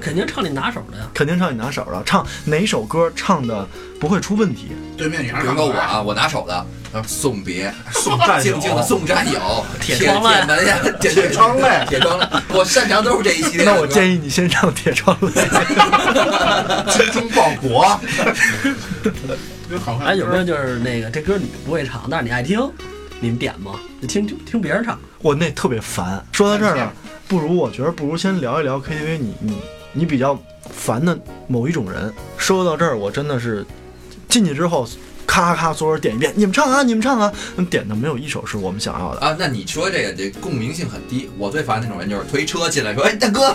Speaker 2: 肯定唱你拿手的呀。
Speaker 4: 肯定唱你拿手的，唱哪首歌唱的不会出问题。
Speaker 3: 对面女孩
Speaker 1: 比
Speaker 3: 儿
Speaker 1: 如
Speaker 3: 看
Speaker 1: 说
Speaker 3: 不
Speaker 1: 我
Speaker 3: 来，
Speaker 1: 啊，我拿手的，然后送别，
Speaker 8: 送战友
Speaker 1: 静，静的送战友，
Speaker 2: 铁
Speaker 1: 哎铁
Speaker 2: 窗泪
Speaker 1: 铁门呀，铁
Speaker 7: 铁窗 *laughs* 泪
Speaker 1: 铁窗泪，我擅长都是这一系列的歌。
Speaker 4: 那我建议你先唱《铁窗泪》
Speaker 7: 精忠报国，
Speaker 3: 跟好看
Speaker 2: 哎，有没有就是那个这歌你不会唱，但是你爱听，你们点吗？就听听听别人唱。
Speaker 4: 我那特别烦。说到这儿呢，不如我觉得不如先聊一聊 KTV 你你你比较烦的某一种人。说到这儿，我真的是进去之后，咔咔咔，所有人点一遍，你们唱啊，你们唱啊，那点的没有一首是我们想要的。
Speaker 1: 啊，那你说这个这共鸣性很低。我最烦那种人就是推车进来说，哎，大哥，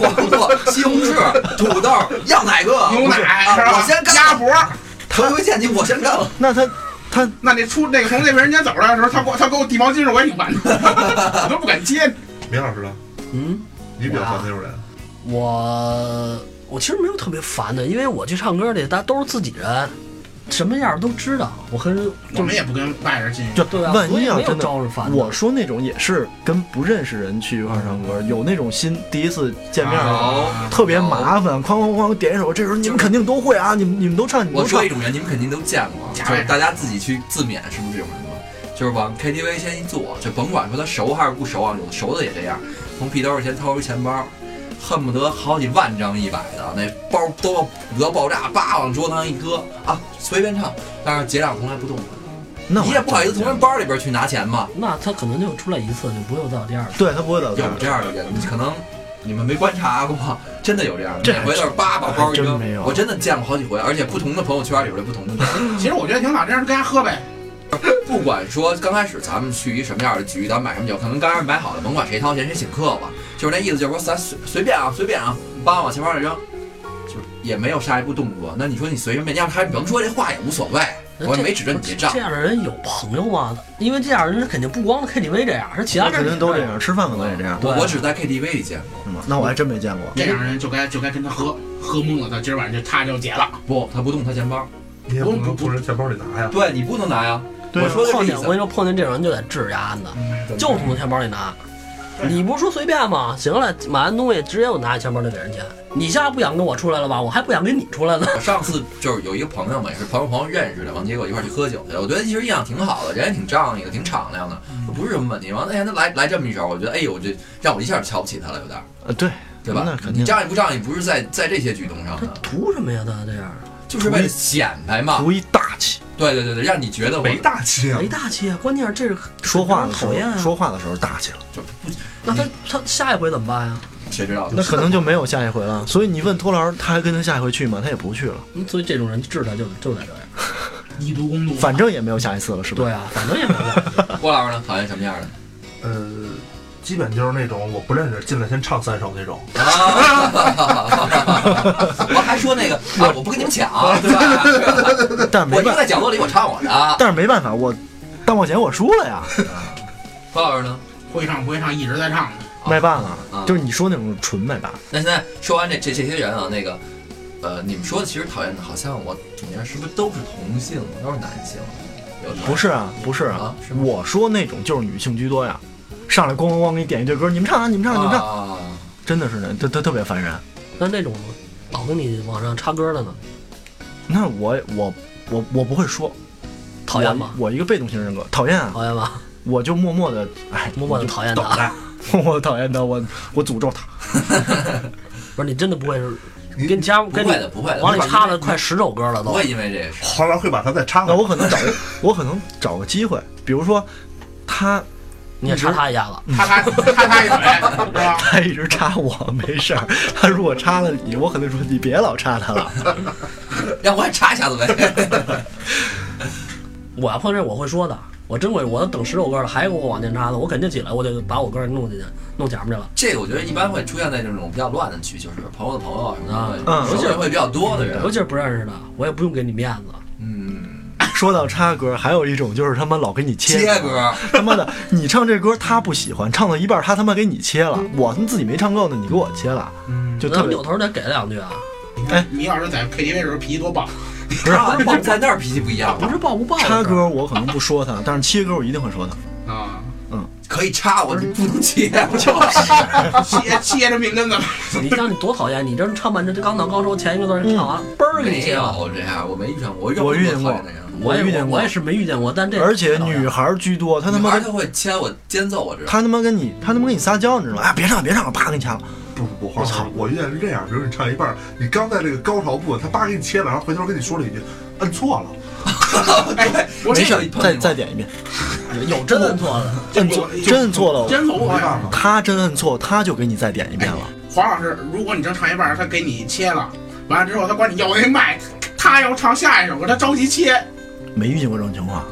Speaker 1: 黄瓜、西红柿、土豆，要哪个？
Speaker 3: 牛奶
Speaker 1: 啊
Speaker 3: 是吧？
Speaker 1: 我先干
Speaker 3: 鸭脖儿，
Speaker 1: 头一回见你，我先干了。
Speaker 4: 那他他
Speaker 3: 那你出那个从那边人家走出来的时候，他给我他给我递 *laughs* 毛巾时，我也挺烦的，我都不敢接。
Speaker 7: 明老师呢？
Speaker 2: 嗯，
Speaker 7: 你比较烦那种人？
Speaker 2: 我我其实没有特别烦的，因为我去唱歌去，大家都是自己人，什么样儿都知道。我跟
Speaker 3: 我
Speaker 2: 就
Speaker 3: 们也不跟外人进行。
Speaker 4: 就
Speaker 2: 对啊
Speaker 4: 万
Speaker 2: 所以
Speaker 4: 一要
Speaker 2: 没有
Speaker 4: 真的
Speaker 2: 招人烦，的
Speaker 4: 我说那种也是跟不认识人去一块儿唱歌，有那种新第一次见面
Speaker 3: 啊
Speaker 4: 的，
Speaker 1: 有
Speaker 4: 哦特别
Speaker 3: 哦
Speaker 4: 麻烦，哐哐哐点一首，这时候你们肯定都会啊，你们你们都唱，你们
Speaker 1: 我
Speaker 4: 都唱
Speaker 1: 说一，种人，你们肯定都见过，啊
Speaker 3: 假
Speaker 1: 就是
Speaker 3: 外
Speaker 1: 大家自己去自勉，是不是这种人吗？就是往 KTV 先一坐，就甭管说他熟还是不熟啊，有的熟的也这样，从屁兜里先掏出钱包，恨不得好几万张一百的，那包都要鼓到爆炸，叭往桌子上一搁啊，随便唱，但是结账从来不动的，
Speaker 4: 那我
Speaker 1: 你也不好意思从人包里边去拿钱嘛，
Speaker 2: 那他可能就出来一次，就不会有再有第二次。
Speaker 4: 对他不会的，
Speaker 1: 有这样的人，可能你们没观察过，真的有这样的，
Speaker 4: 这
Speaker 1: 每回都是叭把包一
Speaker 4: 真
Speaker 1: 扔
Speaker 4: 没有，
Speaker 1: 我真的见过好几回，而且不同的朋友圈里边有不同的人。
Speaker 3: 其实我觉得挺好，这样跟人喝呗。
Speaker 1: 不管说刚开始咱们去一什么样的局，咱们买什么酒，可能刚开始买好了，甭管谁掏钱谁请客吧，就是那意思，就是说咱随随便啊，随便啊，帮往钱包里扔，就是也没有下一步动作。那你说你随便便，要不他甭说这话也无所谓，我也没指着你结账
Speaker 2: 嗯这。样的人有朋友吗？因为这样的人肯定不光是 KTV 这样，是其他地儿哎
Speaker 4: 肯定都这
Speaker 2: 也
Speaker 4: 样，吃饭可能也这样，
Speaker 1: 我我只在 KTV 里见过，
Speaker 4: 是吗那我还真没见过，
Speaker 3: 这样人就该就该跟他喝，喝懵了，到今儿晚上就他就解了。
Speaker 1: 不，他不动他钱包，
Speaker 7: 你也不能从人钱包里拿呀。
Speaker 1: 对你不能拿呀。
Speaker 4: 对啊
Speaker 1: 我说的
Speaker 2: 碰
Speaker 1: 是这
Speaker 2: 见
Speaker 1: 意
Speaker 2: 我
Speaker 1: 思，
Speaker 2: 跟你说，碰见这种人就得治丫的，
Speaker 3: 嗯
Speaker 2: 就从钱包里拿。
Speaker 3: 对
Speaker 2: 你不是说随便吗？行了，买完东西直接我拿你钱包就给人钱。你现在不想跟我出来了吧？我还不想跟你出来呢。
Speaker 1: 我上次就是有一个朋友嘛，也是朋友朋友认识的，完结果一块儿去喝酒去了。我觉得其实印象挺好的，人也挺仗义的，挺敞亮的，
Speaker 4: 嗯
Speaker 1: 不是什么问题。完哎那天他来来这么一手，我觉得哎呦，这让我一下就瞧不起他了，有点儿，
Speaker 4: 呃，对，
Speaker 1: 对吧？
Speaker 4: 那肯定
Speaker 1: 你仗义不仗义，不是在在这些举动上
Speaker 2: 他
Speaker 1: 的，
Speaker 2: *laughs* 图什么呀？他这样
Speaker 1: 就是为了显摆嘛。
Speaker 4: 图一大气，
Speaker 1: 对对对对，让你觉得我
Speaker 8: 没大气啊
Speaker 2: 没，大气啊！关键是这是
Speaker 4: 说话的时
Speaker 2: 讨厌
Speaker 4: 候
Speaker 2: 啊。
Speaker 4: 说话的时候大气了，
Speaker 2: 那他他下一回怎么办呀？啊
Speaker 1: 谁知道？
Speaker 4: 那可能就没有下一回了。所以你问托老师，他还跟他下一回去吗？他也不去了，
Speaker 2: 嗯所以这种人治他就就得这样。
Speaker 3: 以毒攻毒，
Speaker 4: 反正也没有下一次了，是吧？
Speaker 2: 对啊，反正也没办法。
Speaker 1: 郭老师呢？讨厌什么样的？
Speaker 7: 呃，基本就是那种我不认识，进来先唱三首那种。
Speaker 4: 啊
Speaker 1: *laughs* 我还说那个啊，我不跟你们抢，对吧？
Speaker 4: 但
Speaker 1: 我
Speaker 4: *laughs* 没
Speaker 1: 一个
Speaker 4: 办，
Speaker 1: 在角落里，我唱我的。啊
Speaker 4: 但是没办法，我大冒险我输了
Speaker 2: 啊
Speaker 4: 呀，
Speaker 1: 郭老师呢？
Speaker 3: 会唱不会唱，一直在唱呢。
Speaker 4: 麦霸了
Speaker 1: 啊，
Speaker 4: 就是你说那种纯麦霸，
Speaker 1: 那现在说完这这这些人啊，那个，呃，你们说的其实讨厌的，好像我总结是不是都是同性，都是男性？有
Speaker 4: 不是啊，不是
Speaker 1: 啊
Speaker 4: 啊
Speaker 1: 是，吗
Speaker 4: 我说那种就是女性居多呀，上来咣咣咣给你点一堆歌，你们唱啊，你们唱啊，你们唱，
Speaker 1: 啊，
Speaker 4: 真的是那特特特别烦人。
Speaker 2: 那那种老跟你往上插歌的呢，
Speaker 4: 那我我我我不会说，
Speaker 2: 讨厌吗？
Speaker 4: 我我一个被动型人格，讨厌啊，
Speaker 2: 讨厌吧，
Speaker 4: 我就默默的，哎，
Speaker 2: 默默的讨厌
Speaker 4: 懂
Speaker 2: 他。
Speaker 4: 的，我讨厌他，我我诅咒他，
Speaker 2: *laughs* 不是你真的不会是跟你加
Speaker 1: 不
Speaker 2: 跟
Speaker 1: 会
Speaker 2: 你
Speaker 1: 的，不会的，
Speaker 2: 往里插了快十首歌了
Speaker 1: 不
Speaker 2: 都
Speaker 1: 会。因为这个事。
Speaker 7: 后来会把他再插
Speaker 4: 那
Speaker 7: 回
Speaker 4: 我可能找个我可能找个机会，比如说他
Speaker 2: 你也插他一下子，
Speaker 3: 他他他他一 *laughs* 嘴，是吧？
Speaker 4: 他一直插我没事儿，他如果插了你，我可能说你别老插他了， *laughs*
Speaker 1: 让我也插一下子呗。 *laughs*
Speaker 2: 我要碰这我会说的，我真会，我要等十首歌了，还给我往前插呢，我肯定起来，我就把我歌儿弄进去，弄前面去了。
Speaker 1: 这个我觉得一般会出现在这种比较乱的局，就是朋友的朋友啊什么的，
Speaker 4: 嗯
Speaker 1: 熟人会比较多的
Speaker 2: 尤
Speaker 1: 人。
Speaker 2: 其是不认识的，我也不用给你面子。
Speaker 1: 嗯，
Speaker 4: 说到插歌，还有一种就是他妈老给你切
Speaker 1: 切歌，
Speaker 4: 他妈的，你唱这歌他不喜欢，唱到一半他他妈给你切了，我他妈自己没唱够呢，你给我切了，
Speaker 1: 嗯
Speaker 4: 就
Speaker 2: 那
Speaker 4: 特
Speaker 2: 我
Speaker 4: 别
Speaker 2: 扭头得给他两句啊，
Speaker 3: 你要是在 KTV 的时候脾气多暴，
Speaker 4: 不是
Speaker 1: 啊你在那儿脾气不一样
Speaker 2: 不
Speaker 1: 了，
Speaker 2: 是报不报的事
Speaker 4: 插
Speaker 2: 儿
Speaker 4: 歌，我可能不说他，但是切歌我一定会说他。
Speaker 3: 啊，
Speaker 1: 可以插我，你不能切。
Speaker 3: 歇歇着命根 *laughs* 子。
Speaker 2: 你让你多讨厌，你这唱半天，这刚到高潮前一个字儿唱完，嘣儿给你
Speaker 1: 没
Speaker 2: 切了。
Speaker 1: 有这样，我没遇上过，
Speaker 4: 我
Speaker 1: 遇
Speaker 4: 遇
Speaker 1: 上
Speaker 4: 见过
Speaker 1: 讨厌的人。
Speaker 2: 我也
Speaker 4: 我遇见过
Speaker 2: 我也是没遇见过，但这
Speaker 4: 而且女孩居多，她他
Speaker 1: 女
Speaker 4: 妈
Speaker 1: 孩她
Speaker 4: 跟
Speaker 1: 会掐我尖奏，我知道。
Speaker 4: 她他妈跟你，她他妈跟你撒娇，你知道吗？哎，别唱了，别唱了，啪给你掐了。
Speaker 7: 不不不，我操！我遇见是这样，比如你唱一半儿，你刚在这个高潮部分，他叭给你切了，然后回头跟你说了一句，摁错了。
Speaker 3: 哎，我
Speaker 1: 没
Speaker 3: 这
Speaker 1: 事，
Speaker 4: 再再点一遍，
Speaker 2: 有真
Speaker 4: 哦
Speaker 2: 摁错的，
Speaker 4: 摁错，真摁错了。
Speaker 3: 嗯真走
Speaker 7: 我
Speaker 3: 我
Speaker 7: 没办法，
Speaker 4: 她真摁错，她就给你再点一遍了。
Speaker 3: 黄老师，如果你正唱一半儿，他给你切了，完了之后他管你要那麦，他要唱下一首歌，他着急切。
Speaker 4: 没遇见过这种情况，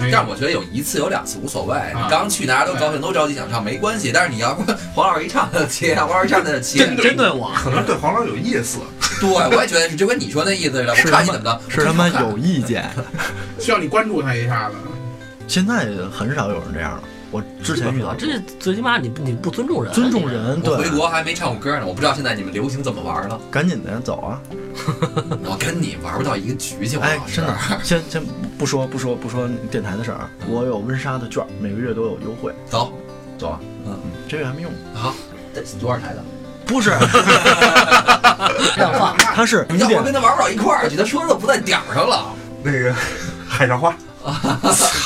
Speaker 3: 哎
Speaker 1: 但我觉得有一次有两次无所谓，
Speaker 3: 啊
Speaker 1: 你刚去大家都高兴，都着急想唱没关系。但是你要 *laughs* 说黄老师一唱就切，黄老师一唱就切，
Speaker 2: 针针对我。
Speaker 7: 可能对黄老有意思，
Speaker 1: 对，我也觉得是就跟你说那意思似的。我
Speaker 4: 是
Speaker 1: 看
Speaker 4: 他
Speaker 1: 你怎么
Speaker 4: 妈
Speaker 1: 着，
Speaker 4: 是他妈有意见。
Speaker 3: 需要你关注他一下子。
Speaker 4: 现在很少有人这样了，我之前遇到过
Speaker 2: 这最起码你不你不尊重人，啊
Speaker 4: 尊重人，
Speaker 1: 我回
Speaker 4: 对，
Speaker 1: 国还没唱过歌呢，我不知道现在你们流行怎么玩了。
Speaker 4: 赶紧的走啊！
Speaker 1: 我跟你玩不到一个局去，我
Speaker 4: 哎
Speaker 1: 老，师
Speaker 4: 真的，先先不说不说不说电台的事儿啊，我有温莎的券，每个月都有优惠，
Speaker 1: 走，
Speaker 4: 走啊！
Speaker 1: 嗯，
Speaker 4: 这月还没用，
Speaker 1: 好，这多少台的？
Speaker 4: 不是，
Speaker 2: 量化。
Speaker 4: 它是五
Speaker 1: 要不
Speaker 4: 点
Speaker 1: 然跟他玩不到一块儿去，他说的不在点儿上了。 *laughs*
Speaker 7: 那个海上花，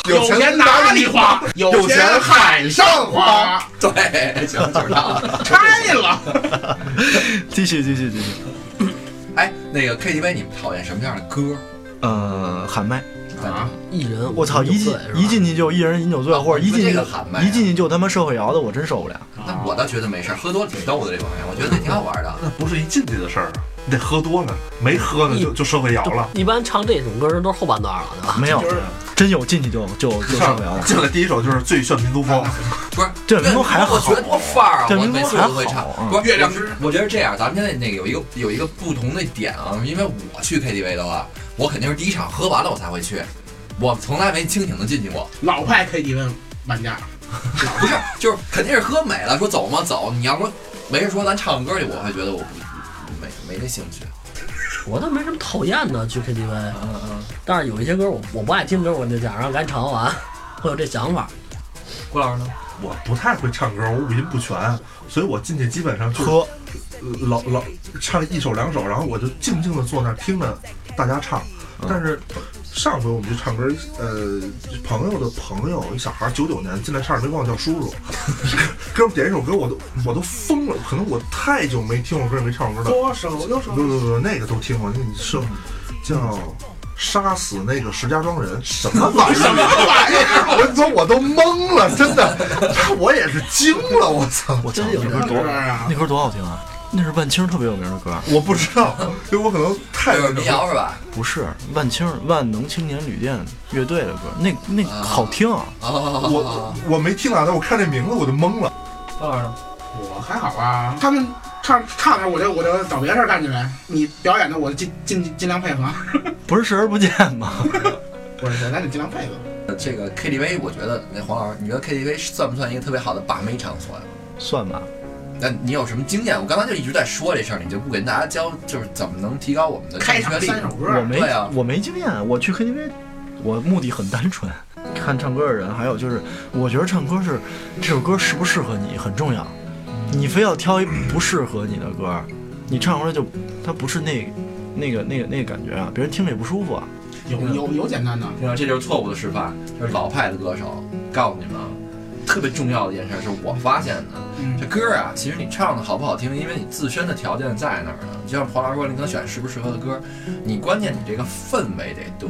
Speaker 3: 有钱哪里花？有钱海上花，
Speaker 1: 对，行，就是他。
Speaker 3: 拆了。
Speaker 4: 继续继续继续，
Speaker 1: 哎，那个 KTV 你们讨厌什么样的歌？
Speaker 4: 呃，喊麦，
Speaker 3: 啊
Speaker 2: 一人，
Speaker 4: 我操，一进一，进去就一人饮酒醉，或者一进
Speaker 1: 哦你
Speaker 4: 去
Speaker 1: 说这个喊麦啊
Speaker 4: 一进去就他妈社会摇的，我真受
Speaker 1: *laughs*
Speaker 4: 不了。
Speaker 1: 那我倒觉得没事儿，喝多挺逗的这帮人，我觉得那挺好玩的。
Speaker 8: 那不是一进去的事儿，你得喝多了，没喝呢就就社会摇了。
Speaker 2: 一般唱这种歌人都是后半段了，对吧？
Speaker 4: 没有
Speaker 3: 就是，
Speaker 4: 真有进去就就
Speaker 1: *laughs*
Speaker 4: 就上不
Speaker 7: *laughs*
Speaker 4: 了了。
Speaker 8: 进来第一首就是《最炫民族风》，
Speaker 1: 不是，
Speaker 4: 这民工还好
Speaker 1: 我觉得多范儿啊！
Speaker 4: 这
Speaker 1: 我
Speaker 4: 民工
Speaker 1: 每次
Speaker 4: 还
Speaker 1: 都会唱
Speaker 4: 好。啊
Speaker 1: 不是
Speaker 3: 月亮
Speaker 1: 我是我觉得这样，咱们现在那个有一个有一个不同的点啊，因为我去 KTV 的话，我肯定是第一场喝完了我才会去，我从来没清醒的进去过。
Speaker 3: 老派 KTV 玩家，
Speaker 1: 不是，就是肯定是喝美了，说走吗？走。你要说没事说咱唱歌去，我会觉得我不没没这兴趣。
Speaker 2: 我倒没什么讨厌的去 KTV，
Speaker 1: 嗯嗯，
Speaker 2: 但是有一些歌我我不爱听歌，我就想让赶紧唱完，会有这想法。
Speaker 1: 郭老师呢？
Speaker 7: 我不太会唱歌，我五音不全，所以我进去基本上就是
Speaker 4: 喝，
Speaker 7: 呃老老唱一首两首，然后我就静静的坐那儿听着大家唱。但是上回我们去唱歌，呃，朋友的朋友一小孩九九年进来差点没管我叫叔叔，哥们儿点一首歌我都我都疯了，可能我太久没听过歌也没唱过歌了。
Speaker 3: 左手右手
Speaker 7: 不不不，那个都听过，那个是叫。杀死那个石家庄人什么玩意儿？什么玩意 *laughs* 儿？我操！我都懵了，真的，我也是惊了，我操！
Speaker 4: 我操，
Speaker 2: 真有
Speaker 4: 那歌
Speaker 3: 歌
Speaker 4: 多
Speaker 3: 啊，
Speaker 4: 那歌多好听啊！那是万青特别有名的歌，
Speaker 7: 我不知道，因为我可能
Speaker 1: *laughs*
Speaker 7: 太
Speaker 1: 就是民谣是吧？
Speaker 4: 不是万青万能青年旅店乐队的歌，那那
Speaker 1: 啊
Speaker 4: 好听啊！
Speaker 1: 哦，
Speaker 7: 我我没听啊，但我看这名字我就懵了。
Speaker 1: 郭老师呢？
Speaker 3: 我还好啊。他们唱唱着我就我就找别的事儿干去呗。你表演的我就尽尽尽量配合，啊
Speaker 4: 不是视而不见吗？ *laughs*
Speaker 3: 我是咱得尽量配合。
Speaker 1: 这个 KTV，我觉得那黄老师，你觉得 KTV 算不算一个特别好的把妹场所呀？
Speaker 4: 算吧，
Speaker 1: 那你有什么经验？我刚才就一直在说这事儿，你就不给大家教，就是怎么能提高我们的
Speaker 3: 开
Speaker 1: 正
Speaker 3: 场
Speaker 1: 确
Speaker 3: 三
Speaker 1: 率？
Speaker 3: 首歌，
Speaker 4: 我没
Speaker 1: 对啊
Speaker 4: 我没经验，我去 KTV，我目的很单纯，看唱歌的人，还有就是我觉得唱歌是这首歌适不适合你很重要，你非要挑一不适合你的歌，你唱出来就它不是那那个那个那个感觉啊，别人听着也不舒服啊。
Speaker 3: 有有有简单的，
Speaker 1: 你看，这就是错误的示范，就是老派的歌手。告诉你们啊，特别重要的一件事是我发现的，
Speaker 3: 嗯
Speaker 1: 这，歌啊，其实你唱的好不好听，因为你自身的条件在那儿呢。就像黄老师说，你能选适不适合的歌，你关键你这个氛围得对。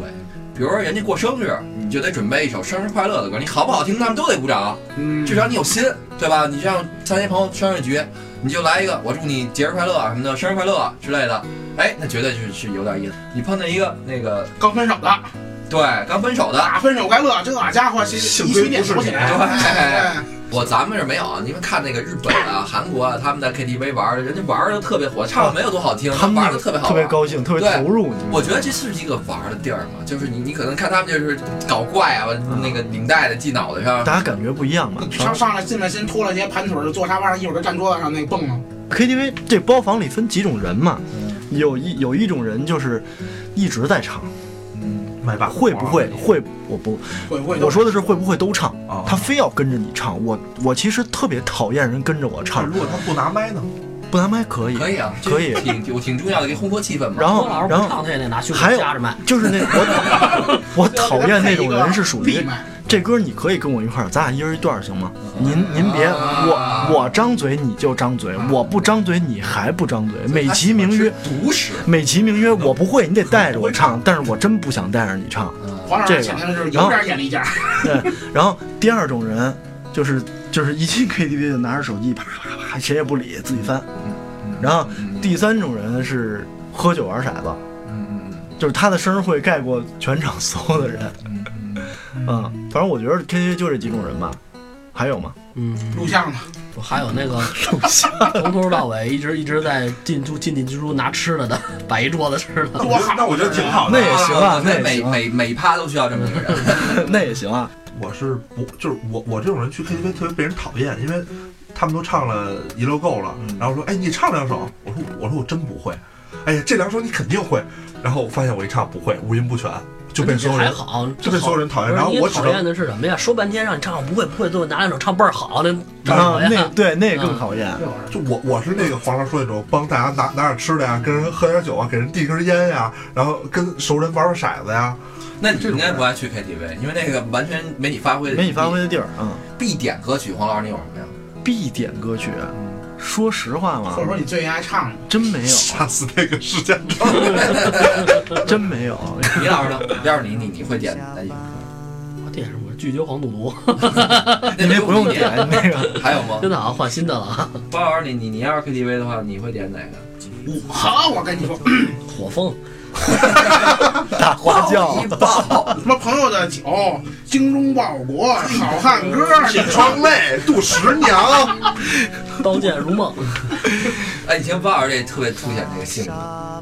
Speaker 1: 比如说人家过生日，你就得准备一首生日快乐的歌，你好不好听，他们都得鼓掌。
Speaker 3: 嗯
Speaker 1: 至少你有心，对吧？你像参加朋友生日局，你就来一个我祝你节日快乐啊什么的，生日快乐啊之类的，哎，那绝对是是有点意思。你碰见一个那个
Speaker 3: 刚分手的，
Speaker 1: 对刚分手的，
Speaker 3: 打分手快乐，这家伙是
Speaker 7: 幸
Speaker 3: 一
Speaker 7: 亏
Speaker 3: 曲点
Speaker 7: 不是
Speaker 3: 火起来
Speaker 1: 你
Speaker 3: *laughs* 哎，
Speaker 1: 我咱们这没有，啊，你们看那个日本啊、韩国啊，他们在 KTV 玩儿，人家玩儿的特别火，唱的没有多好听，
Speaker 4: 他们
Speaker 1: 玩
Speaker 4: 那
Speaker 1: 的
Speaker 4: 个
Speaker 1: 特别好
Speaker 4: 特别
Speaker 1: 玩。
Speaker 4: 高兴，特别
Speaker 1: 对
Speaker 4: 投入。你
Speaker 1: 我觉得这是一个玩儿的地儿嘛，就是你你可能看他们就是搞怪啊，那个领带的系脑袋上，
Speaker 4: 大家感觉不一样嘛。啊
Speaker 3: 上上来进来先脱了鞋，盘腿儿坐沙发上，一会儿就站桌子上那个蹦了。
Speaker 4: KTV 这包房里分几种人嘛，有一有一种人就是一直在唱，
Speaker 7: 麦霸
Speaker 4: 会不会会我不
Speaker 3: 会不会就
Speaker 4: 我说的是会不会都唱
Speaker 7: 啊，
Speaker 4: 他非要跟着你唱。我我其实特别讨厌人跟着我
Speaker 7: 唱？
Speaker 4: 唱
Speaker 7: 如，果他不拿麦呢？
Speaker 4: 不拿麦可以
Speaker 1: 可以啊，这
Speaker 4: 可以。
Speaker 1: 挺我挺重要的，给烘托气氛嘛。
Speaker 4: 然后
Speaker 2: 郭老师
Speaker 4: 然
Speaker 2: 不
Speaker 4: 后
Speaker 2: 唱，他也得拿胸
Speaker 4: 还有
Speaker 2: 夹着麦。
Speaker 4: 就是那 *laughs* 我我讨厌那种人是属
Speaker 3: 立
Speaker 4: 于
Speaker 3: 麦
Speaker 4: 这歌你可以跟我一块儿，咱俩一人一段儿行吗？您您别我我张嘴你就张嘴，我不张嘴你还不张嘴，美其名曰
Speaker 1: 毒食，
Speaker 4: 美其名曰我不会，你得带着我唱，但是我真不想带着你唱。
Speaker 3: 黄老
Speaker 4: 这个
Speaker 3: 师显得是有点眼力劲儿，
Speaker 4: 对，然后第二种人就是就是一进 KTV 就拿着手机啪啪啪，谁也不理，自己翻。然后第三种人是喝酒玩骰子，
Speaker 1: 嗯嗯
Speaker 4: 就是他的声儿会盖过全场所有的人。 *laughs*
Speaker 1: 嗯嗯嗯，
Speaker 4: 嗯，反正我觉得 KTV 就这几种人吧。还有吗？
Speaker 2: 嗯，
Speaker 3: 录像的，
Speaker 2: 还有那个从头到尾一直一直在进出进进出出拿吃的的， *laughs* 摆一桌子吃的。
Speaker 3: 多好！
Speaker 7: 那我觉得挺好
Speaker 4: 那也行啊，那
Speaker 1: 哦每
Speaker 4: 也行啊， *laughs*
Speaker 1: 每每每趴都需要这么一个人。
Speaker 4: *laughs* 那也行啊。
Speaker 7: 我是不就是我我这种人去 KTV 特别被人讨厌，因为他们都唱了一溜够了，然后说哎你唱两首，我说我说我真不会，哎呀这两首你肯定会，然后我发现我一唱不会，五音不全，就被所有
Speaker 2: 还
Speaker 7: 人
Speaker 2: 好，
Speaker 7: 就被所有人讨厌
Speaker 2: 不是
Speaker 7: 然后
Speaker 2: 你
Speaker 7: 我只
Speaker 2: 讨
Speaker 7: 能
Speaker 2: 厌的是什么呀？说半天让你唱不会不会，最后拿两首唱倍儿好，哎那让
Speaker 4: *laughs* 啊，
Speaker 2: 人讨厌
Speaker 4: 那对那更讨厌。
Speaker 7: 就我我是那个皇上说那种帮大家拿拿点吃的呀，跟人喝点酒啊，给人递根烟呀，然后跟熟人玩玩骰子呀，
Speaker 1: 那你应该不爱去 KTV，因为那个完全没你发挥的
Speaker 4: 没你发挥的地儿，嗯。
Speaker 1: 必点歌曲。黄老师，你有什么呀？
Speaker 4: 必点歌曲，嗯说实话嘛
Speaker 3: 或，者说你最爱唱的，
Speaker 4: 真没有，
Speaker 7: 杀死那个
Speaker 2: *laughs*
Speaker 7: 石家庄。
Speaker 4: 真没有。
Speaker 1: 李老师呢？要是你，你你会点哪几首歌？
Speaker 2: 我点什么？拒绝黄赌毒，
Speaker 4: *laughs* 你 *laughs* 那不用点
Speaker 1: 点。
Speaker 4: *laughs* 那个，
Speaker 1: 还有吗？ *laughs*
Speaker 2: 真的啊，换新的了啊！
Speaker 1: 包老师，你你你要是 KTV 的话，你会点哪
Speaker 4: *laughs*
Speaker 1: 个？
Speaker 3: 好，我跟你说，
Speaker 2: 火风，
Speaker 4: 打花轿
Speaker 1: 一爆！
Speaker 3: 什么朋友的酒、精忠报国、好汉歌、
Speaker 7: 铁窗泪，杜十娘，
Speaker 2: 刀剑如梦，
Speaker 1: 哎，你听包老师这特别凸显这个性格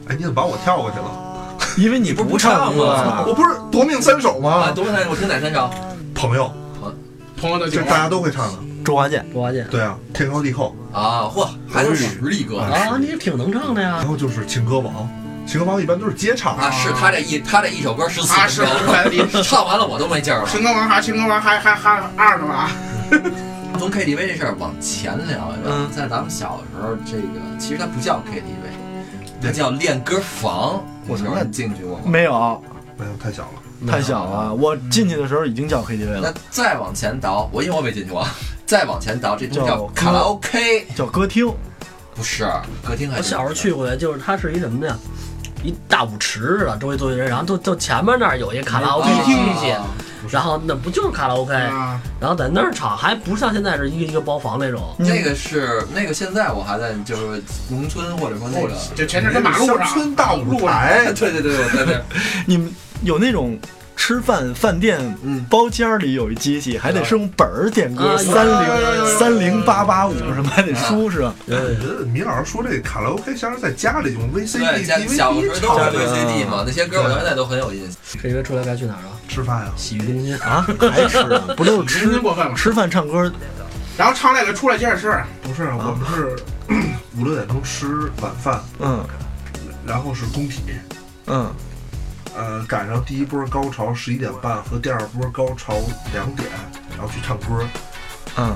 Speaker 7: 哎，你怎么把我跳过去了？
Speaker 4: *laughs* 因为你
Speaker 1: 不是不
Speaker 4: 唱
Speaker 1: 唱
Speaker 2: 啊
Speaker 1: 吗
Speaker 7: 我不是夺命三首
Speaker 1: 啊！
Speaker 7: 吗？
Speaker 1: 多难，我听哪三首？
Speaker 7: 朋友，
Speaker 3: 朋友的
Speaker 7: 这
Speaker 3: 酒，
Speaker 7: 大家都会唱的。
Speaker 4: 周华健，
Speaker 2: 猪八戒
Speaker 7: 对啊，天高地厚。
Speaker 1: 啊，嚯，还是实力歌
Speaker 2: 啊，你挺能唱的
Speaker 7: 然
Speaker 2: 呀！
Speaker 7: 后就是情歌王，情歌王一般都是接唱。
Speaker 1: 啊！是他这一他这一首歌十四
Speaker 3: 啊
Speaker 1: 分
Speaker 3: 是
Speaker 1: 钟，唱完了我都没劲儿了。
Speaker 3: 情歌王还情歌王还还还二呢吧？
Speaker 1: 从 KTV 这事儿往前聊一聊，
Speaker 4: 嗯
Speaker 1: 在咱们小的时候，这个其实它不叫 KTV，它叫练歌房。
Speaker 4: 我
Speaker 1: 有人进去过吗？
Speaker 4: 没有，
Speaker 7: 没哎有，太小了。
Speaker 4: 太小了。我进去的时候已经叫 KTV
Speaker 1: 那
Speaker 4: 了，
Speaker 1: 再往前倒，我因为我没进去过。 *laughs* 再往前倒，这东西叫
Speaker 4: 叫
Speaker 1: 卡拉 OK，
Speaker 4: 叫歌厅。
Speaker 1: 不是歌厅还
Speaker 2: 我
Speaker 1: 是？
Speaker 2: 小时候去过，就是它是一什么呀？一大舞池似的，周围坐一人，然后就就前面那儿有一卡拉 OK
Speaker 1: 啊
Speaker 2: 厅去，然后那不就是卡拉
Speaker 4: 哎
Speaker 2: OK，
Speaker 3: 啊，
Speaker 2: 然后在那儿唱，还不像现在是一个一个包房那种。
Speaker 4: 你
Speaker 1: 那个是那个，现在我还在就是农村或者说那个，
Speaker 3: 就全是跟马路上
Speaker 7: 乡村大舞
Speaker 3: 路上，
Speaker 7: 台，
Speaker 1: *laughs* 对对对，我在那儿。
Speaker 4: 你们有那种吃饭饭店
Speaker 1: 嗯
Speaker 4: 包间儿里有一机器，还得是用本儿点歌，
Speaker 2: 啊
Speaker 4: 三
Speaker 3: 有有有
Speaker 4: 零三零八八五什么还得输是吧？
Speaker 7: 我觉得米老师说这卡拉 OK 像是在家里用 VCD、
Speaker 1: 对，家小时
Speaker 7: DVD
Speaker 1: 候都
Speaker 7: 唱
Speaker 1: 是
Speaker 7: 的，
Speaker 1: VCD 嘛，那些歌我到现在都很有印象。
Speaker 2: 这因为出来该去哪儿啊？
Speaker 7: 吃饭呀。
Speaker 2: 洗浴中心。
Speaker 4: 啊，还吃啊？不都是
Speaker 3: 真
Speaker 4: 吃
Speaker 3: 过分了。
Speaker 4: 吃饭唱歌？
Speaker 3: 然后唱累了出来接着吃，啊
Speaker 7: 不是，我们是啊五六点钟吃晚饭，
Speaker 4: 嗯
Speaker 7: 然后是工体，
Speaker 4: 嗯，
Speaker 7: 呃，赶上第一波高潮十一点半和第二波高潮两点，然后去唱歌，
Speaker 4: 嗯，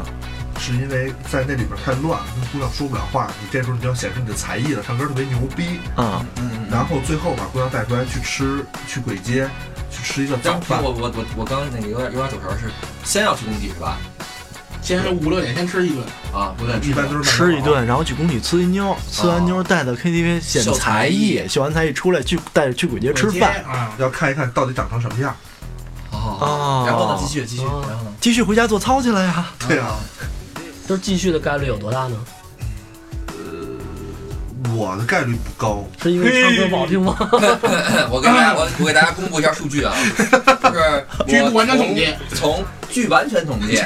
Speaker 7: 是因为在那里边太乱，跟姑娘说不了话，你这时候你就要显示你的才艺了，唱歌特别牛逼，
Speaker 4: 啊，
Speaker 7: 然后最后把姑娘带出来去吃，去鬼街，去吃一个
Speaker 1: 但
Speaker 7: 早
Speaker 1: 是
Speaker 7: 饭
Speaker 1: 我。我我我刚刚那个有点有点走神儿，是先要去工体是吧？
Speaker 3: 先是五六点先吃一顿，
Speaker 1: 啊，不对，
Speaker 7: 一般都是
Speaker 4: 吃一顿，然后去工体呲一妞，呲完妞带到 KTV 显
Speaker 1: 秀才
Speaker 4: 才
Speaker 1: 艺
Speaker 4: 艺，秀完才艺出来去带着去鬼街吃饭
Speaker 3: 啊，
Speaker 7: 要看一看到底长成什么样。
Speaker 1: 哦。
Speaker 4: 啊。
Speaker 1: 然后呢？继续继续，
Speaker 7: 哦
Speaker 1: 然后呢？
Speaker 4: 继续回家做操去了呀。
Speaker 7: 对啊，
Speaker 2: 就是继续的概率有多大呢？
Speaker 7: 我的概率不高，
Speaker 2: 是因为唱歌不好听 *laughs* 吗？
Speaker 1: 我给大
Speaker 3: 啊
Speaker 1: 家我我给大家公布一下数据
Speaker 3: *laughs*
Speaker 1: 啊，就是
Speaker 3: 据
Speaker 1: 我
Speaker 3: 不完全统计
Speaker 1: 从，从据完全统
Speaker 3: *laughs*
Speaker 1: 计，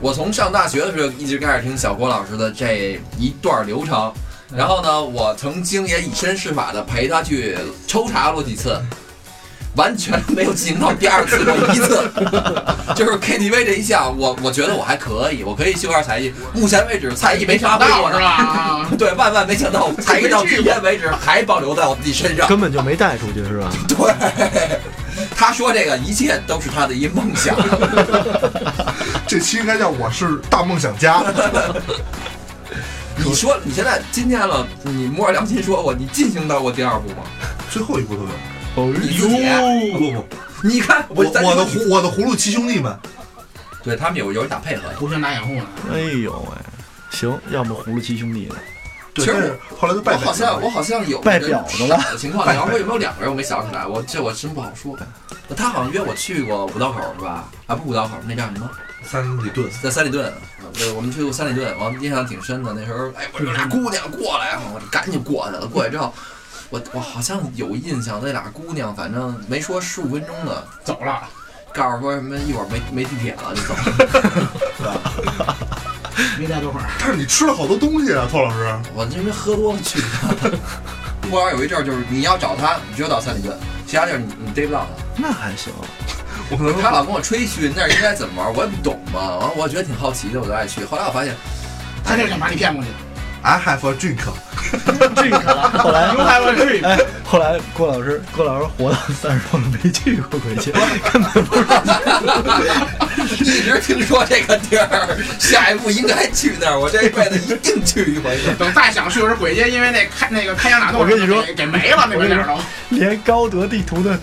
Speaker 1: 我从上大学的时候一直开始听小郭老师的这一段流程，
Speaker 3: 嗯
Speaker 1: 然后呢，我曾经也以身试法的陪他去抽查过几次。完全没有进行到第二次这一次， *laughs* 就是 KTV 这一项，我我觉得我还可以，我可以修炼才艺。目前为止，才艺没
Speaker 3: 想
Speaker 1: 发挥
Speaker 3: 到
Speaker 1: 我
Speaker 3: 是吧？ *laughs* 啊，
Speaker 1: 对，万万没想到，才艺到今天为止还保留在我自己身上。
Speaker 4: 根本就没带出去是吧？
Speaker 1: 对，他说这个一切都是他的一梦想。
Speaker 7: 这期应该叫我是大梦想家。 *laughs*
Speaker 1: 你说你现在今天了，你摸着良心说我，你进行到过第二步吗？
Speaker 7: 最后一步都有。
Speaker 4: 哦
Speaker 1: 你自己，
Speaker 7: 不不不，
Speaker 1: 你看
Speaker 7: 啊我
Speaker 1: 咱
Speaker 7: 我的葫我的葫芦七兄弟们，
Speaker 1: 对他们有有人打配合呀。
Speaker 3: 互相打掩护呢。
Speaker 4: 哎呦喂，行，要么葫芦七兄弟呢？
Speaker 7: 对，
Speaker 1: 其实
Speaker 7: 但是后来都
Speaker 1: 我
Speaker 7: 拜
Speaker 1: 好像我好像有
Speaker 4: 拜表的了
Speaker 1: 情况，你要说有没有两个人，我没想起来，我这我真不好说。他好像约我去过五道口是吧？啊，不五道口，那叫什么？
Speaker 7: 三里屯，
Speaker 1: 在三里屯，对，我们去过三里屯，完印象挺深的。那时候，哎，我有俩姑娘过来，啊我就赶紧过去了。过去之后，我我好像有印象，那俩姑娘反正没说十五分钟的，
Speaker 3: 走了，
Speaker 1: 告诉说什么一会儿没没地铁了就走了。 *laughs*
Speaker 3: 没待多会儿，
Speaker 7: 但是你吃了好多东西啊，托老师。
Speaker 1: 我这因为喝多了去的。公园有一阵儿就是你要找她，你只有到三里屯，其他地儿你你逮不到她。
Speaker 4: 那还行，
Speaker 1: 我可能他老跟我吹嘘那儿应该怎么玩，我也不懂嘛。完了我觉得挺好奇的，我就爱去。后来我发现，
Speaker 3: 他就是想把你骗过去。
Speaker 10: I have a drink，
Speaker 4: 这个
Speaker 2: *laughs*
Speaker 4: 后来
Speaker 3: You have a dream
Speaker 4: 哎，后来郭老师，郭老师活到三十多了没去过鬼街， *laughs* 根本不知道。
Speaker 1: 一直听说这个地儿，下一步应该去那儿，我这一辈子一定去一回。
Speaker 3: 等再想去的时候，鬼街因为那开那个开枪打洞，
Speaker 4: 我跟你说
Speaker 3: 给给没了那
Speaker 4: 我
Speaker 3: 个
Speaker 4: 跟
Speaker 3: 点
Speaker 4: 你
Speaker 3: 儿都
Speaker 4: 说。，连高德地图的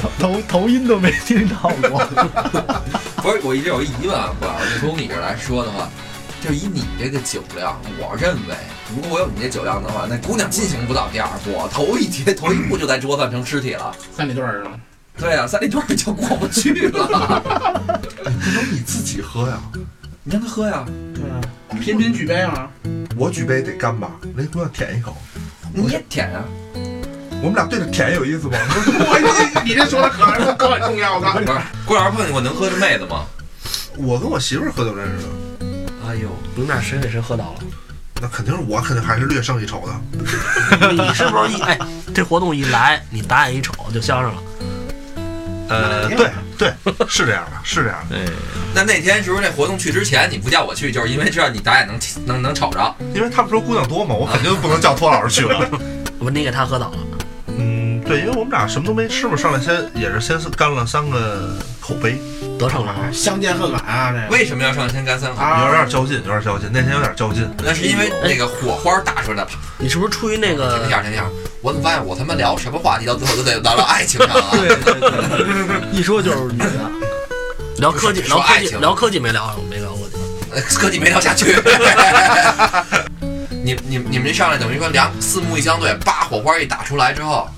Speaker 4: 头头头音都没听到过。
Speaker 1: 不是，我一直有一疑问啊，不老师，从你这儿来说的话，就以你这个酒量，我认为，如果我有你这酒量的话，那姑娘进行不到第二步，头一节头一步就在桌子上成尸体了。
Speaker 3: 三里屯儿是吗？
Speaker 1: 对啊，三里屯儿就过不去了。
Speaker 10: 不能你自己喝呀。
Speaker 1: 你让他喝呀，
Speaker 3: 天津举杯吗？
Speaker 10: 我举杯得干吧，那姑娘舔一口，
Speaker 1: 你也舔啊。
Speaker 10: 我们俩对着舔有意思
Speaker 7: *laughs*
Speaker 10: 吗？
Speaker 7: 哎
Speaker 3: 我你你这说的可可很重要，我告诉你
Speaker 1: 不是，郭老师问你我能喝这妹子吗？
Speaker 10: 我跟我媳妇儿喝酒认识的，
Speaker 1: 哎呦，
Speaker 2: 你们俩谁给谁喝倒了？
Speaker 10: 那肯定是我肯定还是略胜一筹的。
Speaker 1: 嗯
Speaker 2: 你是不是一哎，这活动一来，你打眼一瞅就相上了。
Speaker 8: 呃，
Speaker 3: 定
Speaker 8: 对，
Speaker 7: 对，是这样的，是这样的。
Speaker 1: 那那天是不是那活动去之前你不叫我去，就是因为知道你打眼能能能瞅着？
Speaker 7: 因为他们说姑娘多嘛，我肯定不能叫托老师去了。
Speaker 1: *laughs*
Speaker 2: 不，你给他喝倒了。
Speaker 7: 嗯，对，因为我们俩什么都没吃嘛，上来先也是先干了三个口碑，
Speaker 2: 得逞了，
Speaker 3: 相见恨晚啊，这个
Speaker 1: 为什么要上先干三口？
Speaker 7: 有
Speaker 3: 啊，
Speaker 7: 点较劲，有点较劲，那天有点较劲。
Speaker 1: 那是因为那个火花打出来的。
Speaker 2: 你是不是出于那
Speaker 1: 停一
Speaker 2: 个
Speaker 1: 下，停一下，我怎么发现我他妈聊什么话题到最后都得聊到爱情上了、啊？
Speaker 4: 对对， *laughs* 一说就是啊女的。
Speaker 2: 聊科技、
Speaker 1: 不是
Speaker 2: 聊
Speaker 1: 说
Speaker 2: 科
Speaker 1: 爱
Speaker 2: 技、
Speaker 1: 情
Speaker 2: 聊科技没聊上，没聊过去。
Speaker 1: 呃科技没聊下去。 *laughs* 你你你们一上来等于说两四目一相对，叭火花一打出来之后，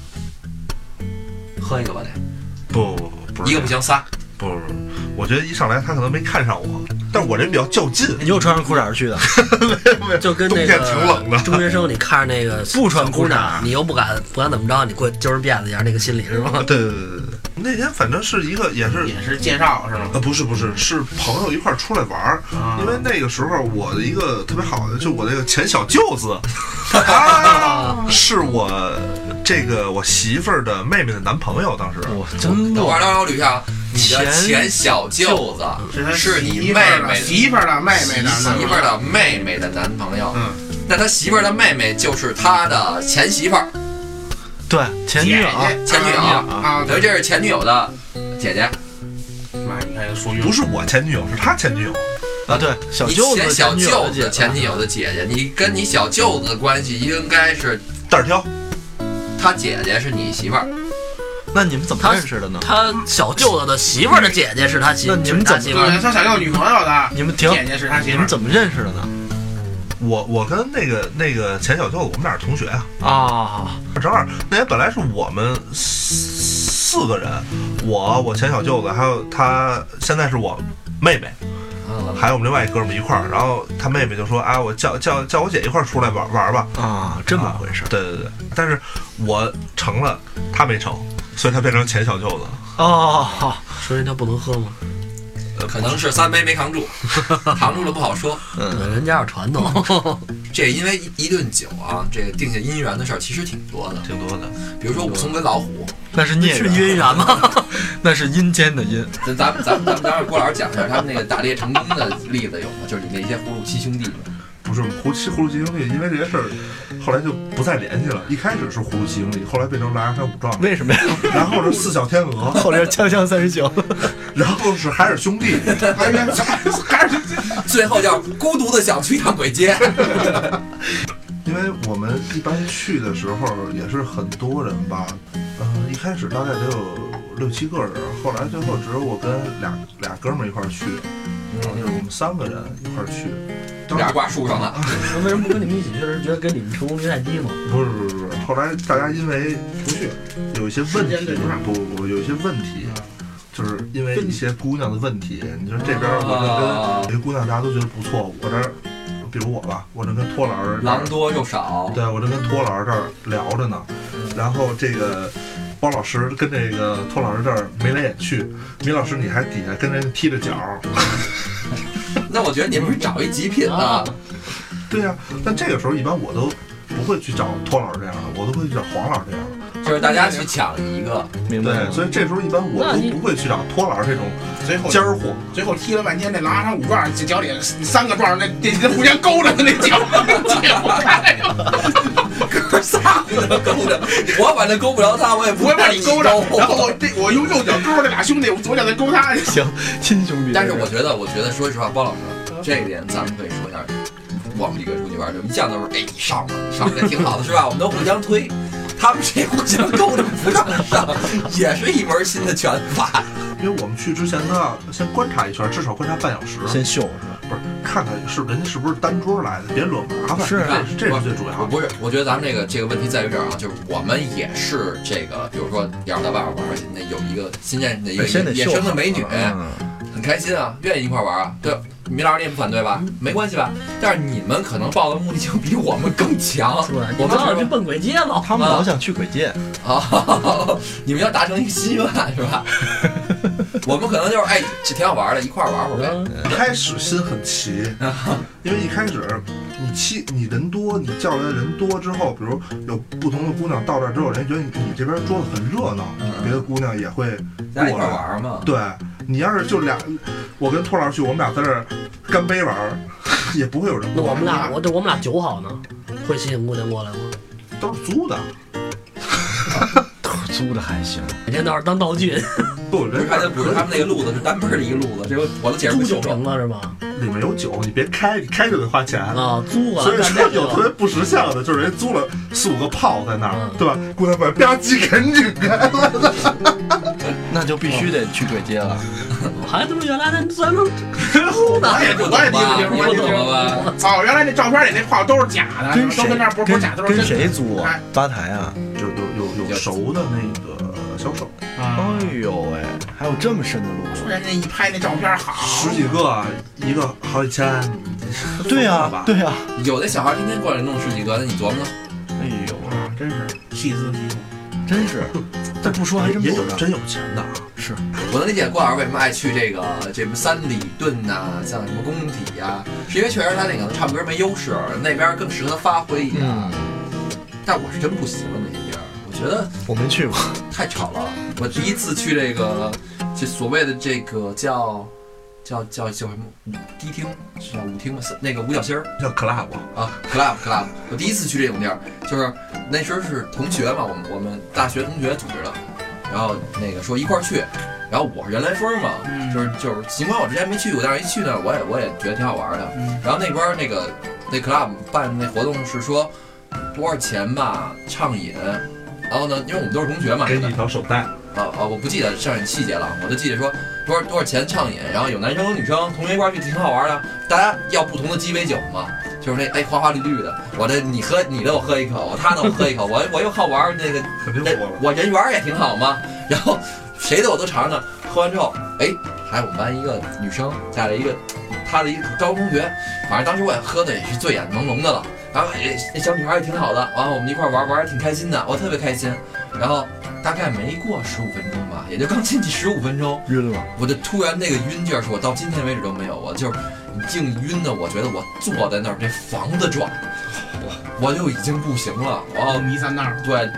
Speaker 1: 喝一个吧得，
Speaker 7: 不不不，不是
Speaker 1: 一个不行仨。
Speaker 7: 不不不，我觉得一上来他可能没看上我，但我这比较较劲，
Speaker 4: 你又穿上裤衩去的，
Speaker 2: 就跟
Speaker 7: 冬
Speaker 2: 那
Speaker 7: 天挺冷
Speaker 2: 个
Speaker 7: 的
Speaker 2: 中学生，你看着那个
Speaker 4: 不穿
Speaker 2: 小姑
Speaker 4: 裤衩
Speaker 2: 娘，你又不敢不敢怎么着，你过去揪人辫子一样，那个心理是吗？
Speaker 7: 对对对对对，那天反正是一个也是
Speaker 3: 也是介绍是吗？
Speaker 7: 呃，不是不是，是朋友一块儿出来玩儿，因为那个时候我的一个特别好的，就我那个前小舅子，啊、是我这个我媳妇儿的妹妹的男朋友，当时
Speaker 4: 我真
Speaker 1: 等会儿，
Speaker 4: 乱。
Speaker 1: 等会儿我捋一下啊，你的
Speaker 4: 前
Speaker 1: 前小舅子是你
Speaker 3: 媳
Speaker 1: 妹
Speaker 3: 妇儿的啊
Speaker 1: 妹
Speaker 3: 媳妇儿的妹妹的
Speaker 1: 媳妇儿的妹妹的男朋友。
Speaker 3: 嗯，
Speaker 1: 那他媳妇儿的妹妹就是他的前媳妇儿，
Speaker 4: 对前女友，
Speaker 3: 姐姐
Speaker 1: 前女友
Speaker 3: 啊，
Speaker 1: 等于这是前女友的姐姐。
Speaker 3: 妈，你看哎说
Speaker 7: 不是我前女友，是他前女友，
Speaker 4: 啊，对小
Speaker 1: 你
Speaker 4: 舅
Speaker 1: 前
Speaker 4: 子
Speaker 1: 小
Speaker 4: 女
Speaker 1: 舅
Speaker 4: 友啊
Speaker 1: 子前女友的姐姐，你跟你小舅子的关系应该是
Speaker 7: 蛋儿挑，
Speaker 1: 他姐姐是你媳妇儿，
Speaker 4: 那你们怎么认识的呢？
Speaker 2: 他小舅子的媳妇儿的姐姐是他媳，
Speaker 4: 那你们
Speaker 2: 是
Speaker 4: 怎
Speaker 2: 他
Speaker 4: 么
Speaker 2: 媳妇儿
Speaker 3: 对，他想要女朋友的，
Speaker 4: 你们停，
Speaker 3: 姐姐是他媳
Speaker 4: 你
Speaker 3: 妇
Speaker 4: 们
Speaker 3: 儿。
Speaker 4: 怎么认识的呢？
Speaker 7: 我我跟那个那个前小舅子，我们俩是同学啊，
Speaker 4: 啊，
Speaker 7: 正好那天本来是我们四四个人，我我前小舅子还有他，现在是我妹妹。还有我们另外一哥们儿一块儿，然后他妹妹就说：“啊，我叫叫叫我姐一块儿出来玩玩儿吧。”
Speaker 4: 啊，这么回事
Speaker 7: 对对对，但是我成了，他没成，所以他变成前小舅子。
Speaker 4: 哦，
Speaker 2: 说人家不能喝吗？
Speaker 1: 可能是三杯没扛住，扛住了不好说。
Speaker 2: 对，人家有传 *laughs* 统。
Speaker 1: 这因为一一顿酒啊，这个定下姻缘的事儿其实挺多的，
Speaker 7: 挺多的，
Speaker 1: 比如说武松跟老虎，
Speaker 4: 那是孽
Speaker 2: 是
Speaker 4: 缘，
Speaker 2: 晕然吗？
Speaker 4: 那是阴间的阴。
Speaker 1: 咱咱们咱们咱们当时郭老师讲一下他们那个打猎成功的例子有吗？就是你那些葫芦七兄弟们，
Speaker 10: 不是葫芦七葫芦七兄弟，因为这些事儿，后来就不再联系了。一开始是葫芦七兄弟，后来变成狼牙山五壮，
Speaker 7: *laughs*
Speaker 4: 为什么呀？
Speaker 10: 然后是四小天鹅，
Speaker 4: 后边锵锵三十九，
Speaker 10: 然后是海尔兄
Speaker 7: *laughs*
Speaker 10: 弟，哎还有海尔兄弟。
Speaker 1: 最后叫孤独的想去一趟鬼街。
Speaker 10: 因为我们一般去的时候也是很多人吧，呃，一开始大概得有六七个人，后来最后只有我跟俩俩哥们儿一块儿去，然后就是我们三个人一块儿去。当
Speaker 1: 俩
Speaker 10: 时
Speaker 1: 挂树上了，
Speaker 2: 为什么不跟你们一起去？是觉得跟你们成功率太低吗？
Speaker 10: 不是不是不是，后来大家因为不去，有一些问
Speaker 3: 时间对
Speaker 10: 题
Speaker 3: 不上，
Speaker 10: 不不不，有一些问题。就是因为一些姑娘的问题，你说这边我
Speaker 1: 啊
Speaker 10: 这跟有些姑娘大家都觉得不错，我这儿，比如我吧，我这跟托老师这儿
Speaker 1: 狼多肉少，
Speaker 7: 啊
Speaker 10: 对，我正跟托老师这儿聊着呢，然后这个包老师跟这个托老师这儿眉来眼去，米老师你还底下跟人踢着脚儿，
Speaker 1: 那我觉得你们是找一极品啊，
Speaker 7: 啊
Speaker 10: 对呀、但这个时候一般我都不会去找托老师这样的，我都会去找黄老师这样的，
Speaker 1: 就是大家去抢一个，
Speaker 4: 明白
Speaker 7: 对，
Speaker 4: 了。
Speaker 7: 所以这时候一般我
Speaker 2: 那你
Speaker 7: 都不会去找托老师这种
Speaker 3: 最后
Speaker 7: 尖儿货，
Speaker 3: 最后踢了半天，那狼牙山五转，这脚底下三个转，那那那互相勾着的那脚， *laughs* 解不开了。
Speaker 1: 哥仨不能勾着，我反正勾不着他，我也不
Speaker 3: 我
Speaker 1: 会
Speaker 3: 也把
Speaker 1: 让
Speaker 3: 你勾着，然后
Speaker 1: *laughs*
Speaker 3: 我这我用右脚勾着这俩兄弟，我左脚再勾他。
Speaker 4: 行，亲兄弟。
Speaker 1: 但是我觉得，我觉得说实话，包老师这一点咱们可以说一下。我们几个出去玩，就一向都是，哎，你上吧，你上吧，这挺好的，是吧？我们都互相推，他们谁互相勾着不让上，也是一门新的拳法。
Speaker 7: 因为我们去之前呢，先观察一圈，至少观察半小时，
Speaker 4: 先秀是
Speaker 7: 不是看看是人家是不是单桌来的，别惹麻烦，
Speaker 4: 是啊
Speaker 7: 这是这是最主要
Speaker 1: 我
Speaker 7: 的。
Speaker 1: 不是，我觉得咱们这个这个问题在于这儿啊，就是我们也是这个，比如说要是到外边玩，那有一个新认识的一
Speaker 4: 吧？哎先
Speaker 1: 个
Speaker 4: 得
Speaker 1: 野
Speaker 4: 秀
Speaker 1: 生的美女，
Speaker 3: 哎
Speaker 4: 嗯
Speaker 1: 很开心啊，愿意一块玩啊。对，米老师你也不反对吧？没关系吧？但是你们可能报的目的性比我们更强，
Speaker 2: 对，
Speaker 1: 我
Speaker 2: 你
Speaker 1: 们
Speaker 2: 啊刚好
Speaker 1: 只
Speaker 2: 去
Speaker 1: 是
Speaker 2: 奔鬼街了。
Speaker 4: 他们老想去鬼
Speaker 3: 啊
Speaker 4: 界，
Speaker 1: 哦， *laughs* 你们要达成一个心愿是 *laughs* 吧？我们可能就是哎，这挺好玩的，一块儿玩会儿呗。
Speaker 2: 嗯
Speaker 7: 一开始心很
Speaker 1: *laughs*
Speaker 7: 齐，因为一开始你七你人多，你叫来的人多之后，比如有不同的姑娘到这儿之后，人家觉得你这边桌子很热闹
Speaker 1: 嗯，
Speaker 7: 别的姑娘也会
Speaker 1: 大家一块儿玩嘛。
Speaker 7: 对你要是就俩，我跟托老师去，我们俩在这儿干杯玩儿， *laughs* 也不会有人
Speaker 2: 那
Speaker 7: 过来。
Speaker 2: 我们俩，我对我们俩酒好呢，会吸引姑娘过来吗？
Speaker 7: 都是租的，
Speaker 4: 都是租的还行。
Speaker 2: 每天到时候当道 *laughs* 具，
Speaker 7: 不，
Speaker 1: 不是
Speaker 7: 人
Speaker 1: 他
Speaker 7: 家
Speaker 1: 就不是他们那个路子是单门儿的一个路子，这个我都解释
Speaker 2: 租
Speaker 1: 不
Speaker 2: 酒
Speaker 1: 清
Speaker 2: 瓶
Speaker 1: 楚。
Speaker 2: 子是吧？
Speaker 7: 里面有酒，你别开，你开就得花钱。
Speaker 2: 啊，租过
Speaker 7: 所
Speaker 2: 来
Speaker 7: 以
Speaker 2: 干
Speaker 7: 说
Speaker 2: 这
Speaker 7: 有特别
Speaker 2: 个。
Speaker 7: 不识相的，就是人家租了四五个炮在那儿
Speaker 2: 嗯，
Speaker 7: 对吧？姑娘们吧唧赶紧开了，
Speaker 4: 那就必须得去鬼街了。
Speaker 2: 我还他妈原来那咱 *laughs* 们
Speaker 3: 我
Speaker 2: 租的，*laughs*
Speaker 3: 也我也
Speaker 1: 吧，你
Speaker 3: 理解
Speaker 1: 不
Speaker 3: 理解
Speaker 1: 懂了吧？
Speaker 3: 哦，原来那照片里那炮都是假的，
Speaker 4: 跟
Speaker 3: 哎都
Speaker 4: 谁
Speaker 3: 跟那儿不是不是假，
Speaker 4: 跟
Speaker 3: 都是
Speaker 4: 跟
Speaker 3: 真的。
Speaker 4: 谁租啊
Speaker 3: 哎？
Speaker 4: 吧台啊？
Speaker 7: 有有有有熟的那个小手，
Speaker 3: 啊，
Speaker 4: 哎呦喂，还有这么深的路啊
Speaker 3: 突然间一拍那照片，好
Speaker 7: 十，几个啊，一个好几千，
Speaker 4: 对呀、
Speaker 7: 吧
Speaker 4: 对啊呀、
Speaker 1: 有的小孩天天过来弄十几个，那你琢磨呢？
Speaker 4: 哎呦，
Speaker 3: 啊，真是细思极恐。
Speaker 4: 真是，这不说还真
Speaker 7: 也
Speaker 4: 不
Speaker 7: 有
Speaker 4: 知道。
Speaker 7: 真有钱的啊，
Speaker 4: 是，
Speaker 1: 我能理解郭老师为什么爱去这个这什么三里屯呐、像什么工体呀、是因为确实他那个唱歌没优势，那边儿更适合他发挥一点。
Speaker 4: 嗯，
Speaker 1: 但我是真不喜欢那些地儿，我觉得。
Speaker 4: 我没去过，
Speaker 1: 太吵了！我第一次去这个，这所谓的这个叫叫叫叫什么迪厅，是叫舞厅吗？那个五角星儿
Speaker 7: 叫 club，
Speaker 1: 啊，club club。我第一次去这种地儿，就是那时候是同学嘛，我们我们大学同学组织的，然后那个说一块儿去，然后我是原来风嘛，
Speaker 3: 嗯
Speaker 1: 就是就是，尽管我之前没去过，但是一去呢，我也我也觉得挺好玩的。
Speaker 3: 嗯
Speaker 1: 然后那边儿那个那 club 办那活动是说多少钱吧，畅饮。然后呢，因为我们都是同学嘛，
Speaker 7: 给你一条手带，
Speaker 1: 啊啊！我不记得上面细节了，我就记得说多少多少钱畅饮，然后有男生有女生同学一块儿去，挺好玩的。大家要不同的鸡尾酒嘛，就是那哎花花绿绿的，我这你喝你的我喝一口，我他的我喝一口，我我又好玩儿那个
Speaker 7: 肯定
Speaker 1: 人
Speaker 7: 过了。
Speaker 1: 我人缘儿也挺好嘛，然后谁的我都尝尝，喝完之后，哎，还有我们班一个女生带了一个她的一个高中同学，反正当时我也喝的也是醉眼朦胧的了，然后哎那小女孩也挺好的，完了我们一块儿玩儿玩儿挺开心的，我特别开心，然后大概没过十五分钟吧，也就刚进去十五分钟，
Speaker 4: *laughs*
Speaker 3: *laughs*
Speaker 4: 晕了。
Speaker 1: 我就突然那个晕劲儿是我到今天为止都没有，我就是净晕的，我觉得我坐在那儿这房子转，我我就已经不行了，然后
Speaker 3: 哦，弥三道，
Speaker 1: 对，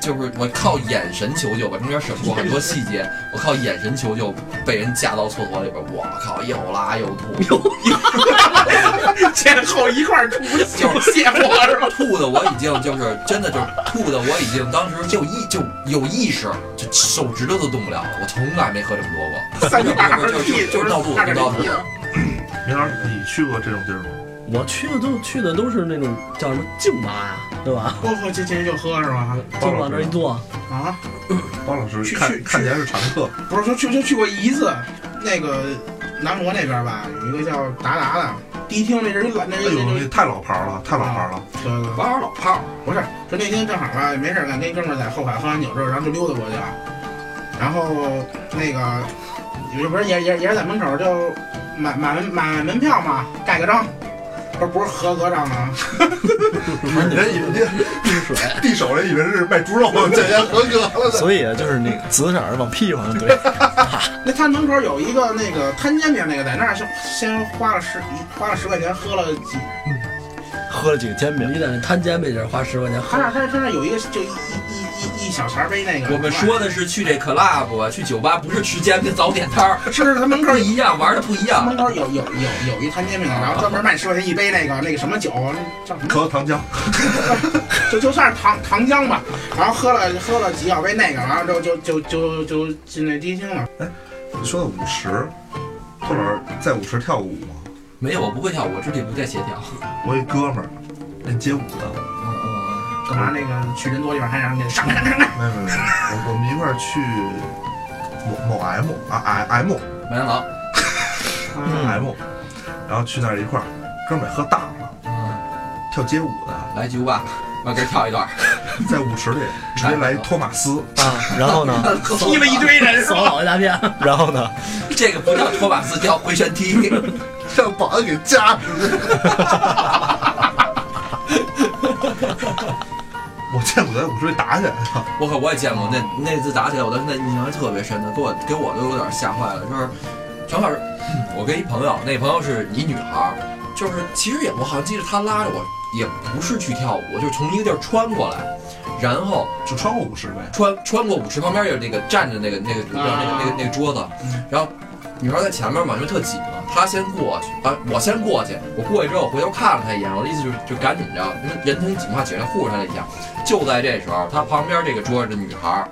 Speaker 1: 就是我靠眼神求救，我中间省过很多细 *laughs* 节，我靠眼神求救被人架到厕所里边，我靠，又拉又吐，
Speaker 3: 前后一块儿出
Speaker 1: 就是
Speaker 3: 卸货是吧？
Speaker 1: 吐的我已经就是真的就是吐的我已经当时就意就有意识，就手指头都动不了了，我从来没喝这么多过，
Speaker 3: 三个大个屁，
Speaker 1: 就是是闹肚子
Speaker 3: 大个
Speaker 1: 闹肚
Speaker 3: 屁
Speaker 1: 子。
Speaker 7: 哎明老师，你去过这种地儿吗？
Speaker 2: 我去的都去的都是那种叫什么静吧呀，对吧？
Speaker 3: 我喝这这人就喝是吧？
Speaker 7: 包
Speaker 2: 就
Speaker 7: 老
Speaker 2: 往那儿一
Speaker 7: 师，
Speaker 2: 坐，
Speaker 3: 啊，
Speaker 7: 包老师
Speaker 3: 去
Speaker 7: 看
Speaker 3: 去
Speaker 7: 看起来是常客，
Speaker 3: 不是说去就去过一次，那个南锣那边吧，有一个叫达达的，迪厅那人一懒，那
Speaker 7: 哎
Speaker 3: 人
Speaker 7: 呦，
Speaker 3: 那
Speaker 7: 那太老牌了，太老牌
Speaker 3: 啊
Speaker 7: 了。
Speaker 3: 个
Speaker 1: 玩玩老炮
Speaker 3: 不是，就那天正好吧，没事儿干，跟一哥们儿在后海喝完酒之后，然后就溜达过去了。然后那个，也不是也也也是在门口就买买买门票嘛，盖个章，不是不是合格章啊，
Speaker 7: 人以为 *laughs* 这递手人以为是卖猪肉的，这人合 *laughs* 格了的。
Speaker 4: 所以啊，就是那个紫色儿往屁股上
Speaker 3: *laughs*
Speaker 4: 怼，
Speaker 3: 那他门口有一个那个摊煎饼，那个在那儿先先花了十花了十块钱喝了几，
Speaker 4: 喝了几个煎饼，
Speaker 2: 你在那摊煎饼地儿花十块钱，
Speaker 3: 他那他他那有一个就一一一一一小茶杯那个。
Speaker 1: 我们说的是去这 club 啊，去酒吧，不是吃煎饼早点摊儿，
Speaker 3: 是他门口
Speaker 1: 不一样，玩的不一样。
Speaker 3: 门口有有有有一摊煎饼，然后专门卖十块钱一杯那个那个什么酒，那叫什么？
Speaker 7: 可糖浆，
Speaker 3: 就就算是糖糖浆吧。然后喝了喝了几小杯那个，然后就就就就就进那迪厅了。
Speaker 7: 说到舞池，后边在舞池跳舞吗？
Speaker 1: 没有，我不会跳，我肢体不太协调。
Speaker 7: 我一哥们儿练街舞的，
Speaker 1: 嗯
Speaker 3: 干嘛那个去人多地方还让人给上上上上？
Speaker 7: 没有 *laughs* 没有没有，我我们一块儿去某某 M 啊 M
Speaker 1: 嗯，麦当劳。
Speaker 7: M，然后去那儿一块儿，哥们儿喝大了，
Speaker 1: 嗯，
Speaker 7: 跳街舞 *laughs* 的，
Speaker 1: 来酒吧，我给跳一段。
Speaker 7: 在舞池里直接来一托马斯，
Speaker 4: 啊，然后
Speaker 3: *laughs*
Speaker 4: 呢，
Speaker 1: *laughs*
Speaker 3: 踢了一堆人是
Speaker 2: 扫
Speaker 3: 吧？
Speaker 2: 脑袋大便，
Speaker 4: 然后呢，
Speaker 1: 这个不叫托马斯，叫回旋踢。
Speaker 7: *laughs*
Speaker 1: *laughs*
Speaker 7: 让保安给夹死。 *laughs* 我见过在舞池里打起来的，
Speaker 1: 我可我也见过，那那次打起来，我到现在印象特别深的，给我给我都有点吓坏了。就是正好是 *clears throat* 我跟一朋友，那朋友是一女孩儿，就是其实也我好像记得她拉着我，也不是去跳舞，就是从一个地儿穿过来，然后
Speaker 7: 就穿过舞池呗。
Speaker 1: 穿穿过舞池旁边有那个站着那个那个那个那个那个桌子，然后女孩在前面嘛，因为特挤嘛，她先过去啊，我先过去，我过去之后回头看了她一眼，我的意思就是就赶紧着，因为人挺挤嘛，紧着护着她了一下。就在这时候，她旁边这个桌子的女孩儿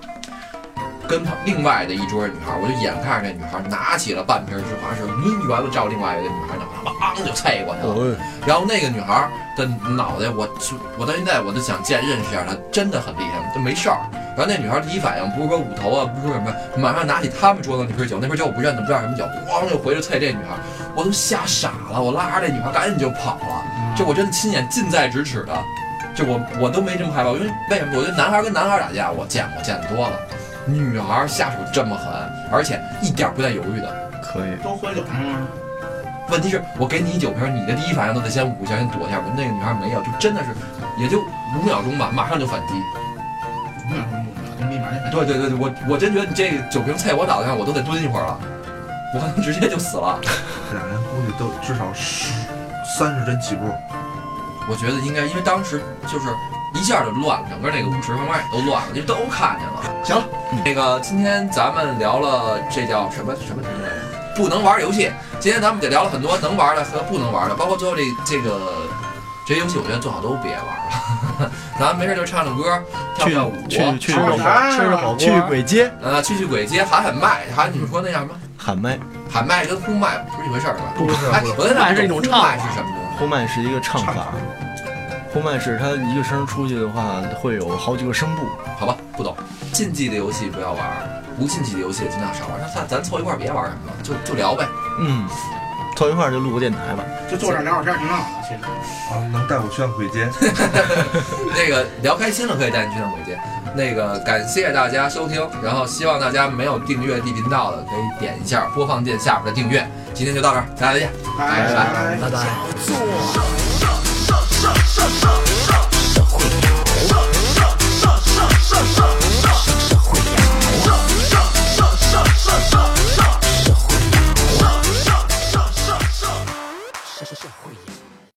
Speaker 1: 跟旁另外的一桌的女孩儿，我就眼看着这女孩儿拿起了半瓶芝华士，抿圆了照另外一个女孩儿脑袋，梆就啐过去了。
Speaker 4: 我
Speaker 1: 然后那个女孩的脑袋，我就我到现在我都想见认识一下她，真的很厉害，就没事儿。然后那女孩第一反应不是说捂头啊，不是说什么，马上拿起他们桌子那瓶酒，那瓶酒我不认得，不知道什么酒，咣就回去啐这女孩，我都吓傻了，我拉着这女孩赶紧就跑了，这我真的亲眼近在咫尺的，这我我都没这么害怕，因为为什么？我觉得男孩跟男孩打架，我见过见得多了，女孩下手这么狠，而且一点不带犹豫的，
Speaker 4: 可以，
Speaker 3: 都喝酒了吗？
Speaker 1: 问题是我给你一酒瓶，你的第一反应都得先捂一下，先躲一下。我那个女孩没有，就真的是也就五秒钟吧，马上就反击。
Speaker 3: 五秒钟，五秒钟，立马就
Speaker 1: 对对对对，我我真觉得你这酒瓶啐我脑袋上，我都得蹲一会儿了，我可能直接就死了。
Speaker 7: 这俩人估计都至少十三十帧起步，
Speaker 1: 我觉得应该，因为当时就是一下就乱了，整个那个舞池旁边也都乱了，就都看见了。行了，那个今天咱们聊了这叫什么什么什么来着？不能玩游戏。今天咱们也聊了很多能玩的和不能玩的，包括最后这这个这些游戏，我觉得最好都别玩了。 *laughs* 咱们没事就唱唱歌，跳
Speaker 4: 去啊
Speaker 1: 跳舞，
Speaker 4: 去去
Speaker 3: 吃
Speaker 4: 鬼
Speaker 3: 啥
Speaker 2: 吃着火锅，
Speaker 4: 去鬼街
Speaker 1: 呃，去去鬼街喊喊麦，喊你们说那叫什么？
Speaker 4: 喊麦，
Speaker 1: 喊麦跟呼麦不是一回事儿吧？
Speaker 7: 不是
Speaker 1: 哎，
Speaker 7: 不是，
Speaker 1: 我在
Speaker 2: 呼麦是一种唱
Speaker 1: 麦
Speaker 2: 法
Speaker 1: 是什么东西？
Speaker 4: 呼麦是一个唱
Speaker 7: 唱
Speaker 4: 法，呼麦是它一个声儿出去的话，会有好几个声部。
Speaker 1: 好吧，不懂。竞技的游戏不要玩儿，不竞技的游戏也尽量少玩儿。那咱咱凑一块儿别玩儿什么了，就就聊呗。
Speaker 4: 嗯，凑一块儿就录个电台吧。
Speaker 3: 就坐这儿聊会儿天儿，挺好的。其实
Speaker 7: 啊，能带我去趟鬼街。
Speaker 1: 那个聊开心了，可以带你去趟鬼街。那个感谢大家收听，然后希望大家没有订阅地频道的，可以点一下播放键下边的订阅。今天就到这儿，大家再见。
Speaker 3: 拜拜。
Speaker 2: 拜拜。
Speaker 6: 社社社会呀。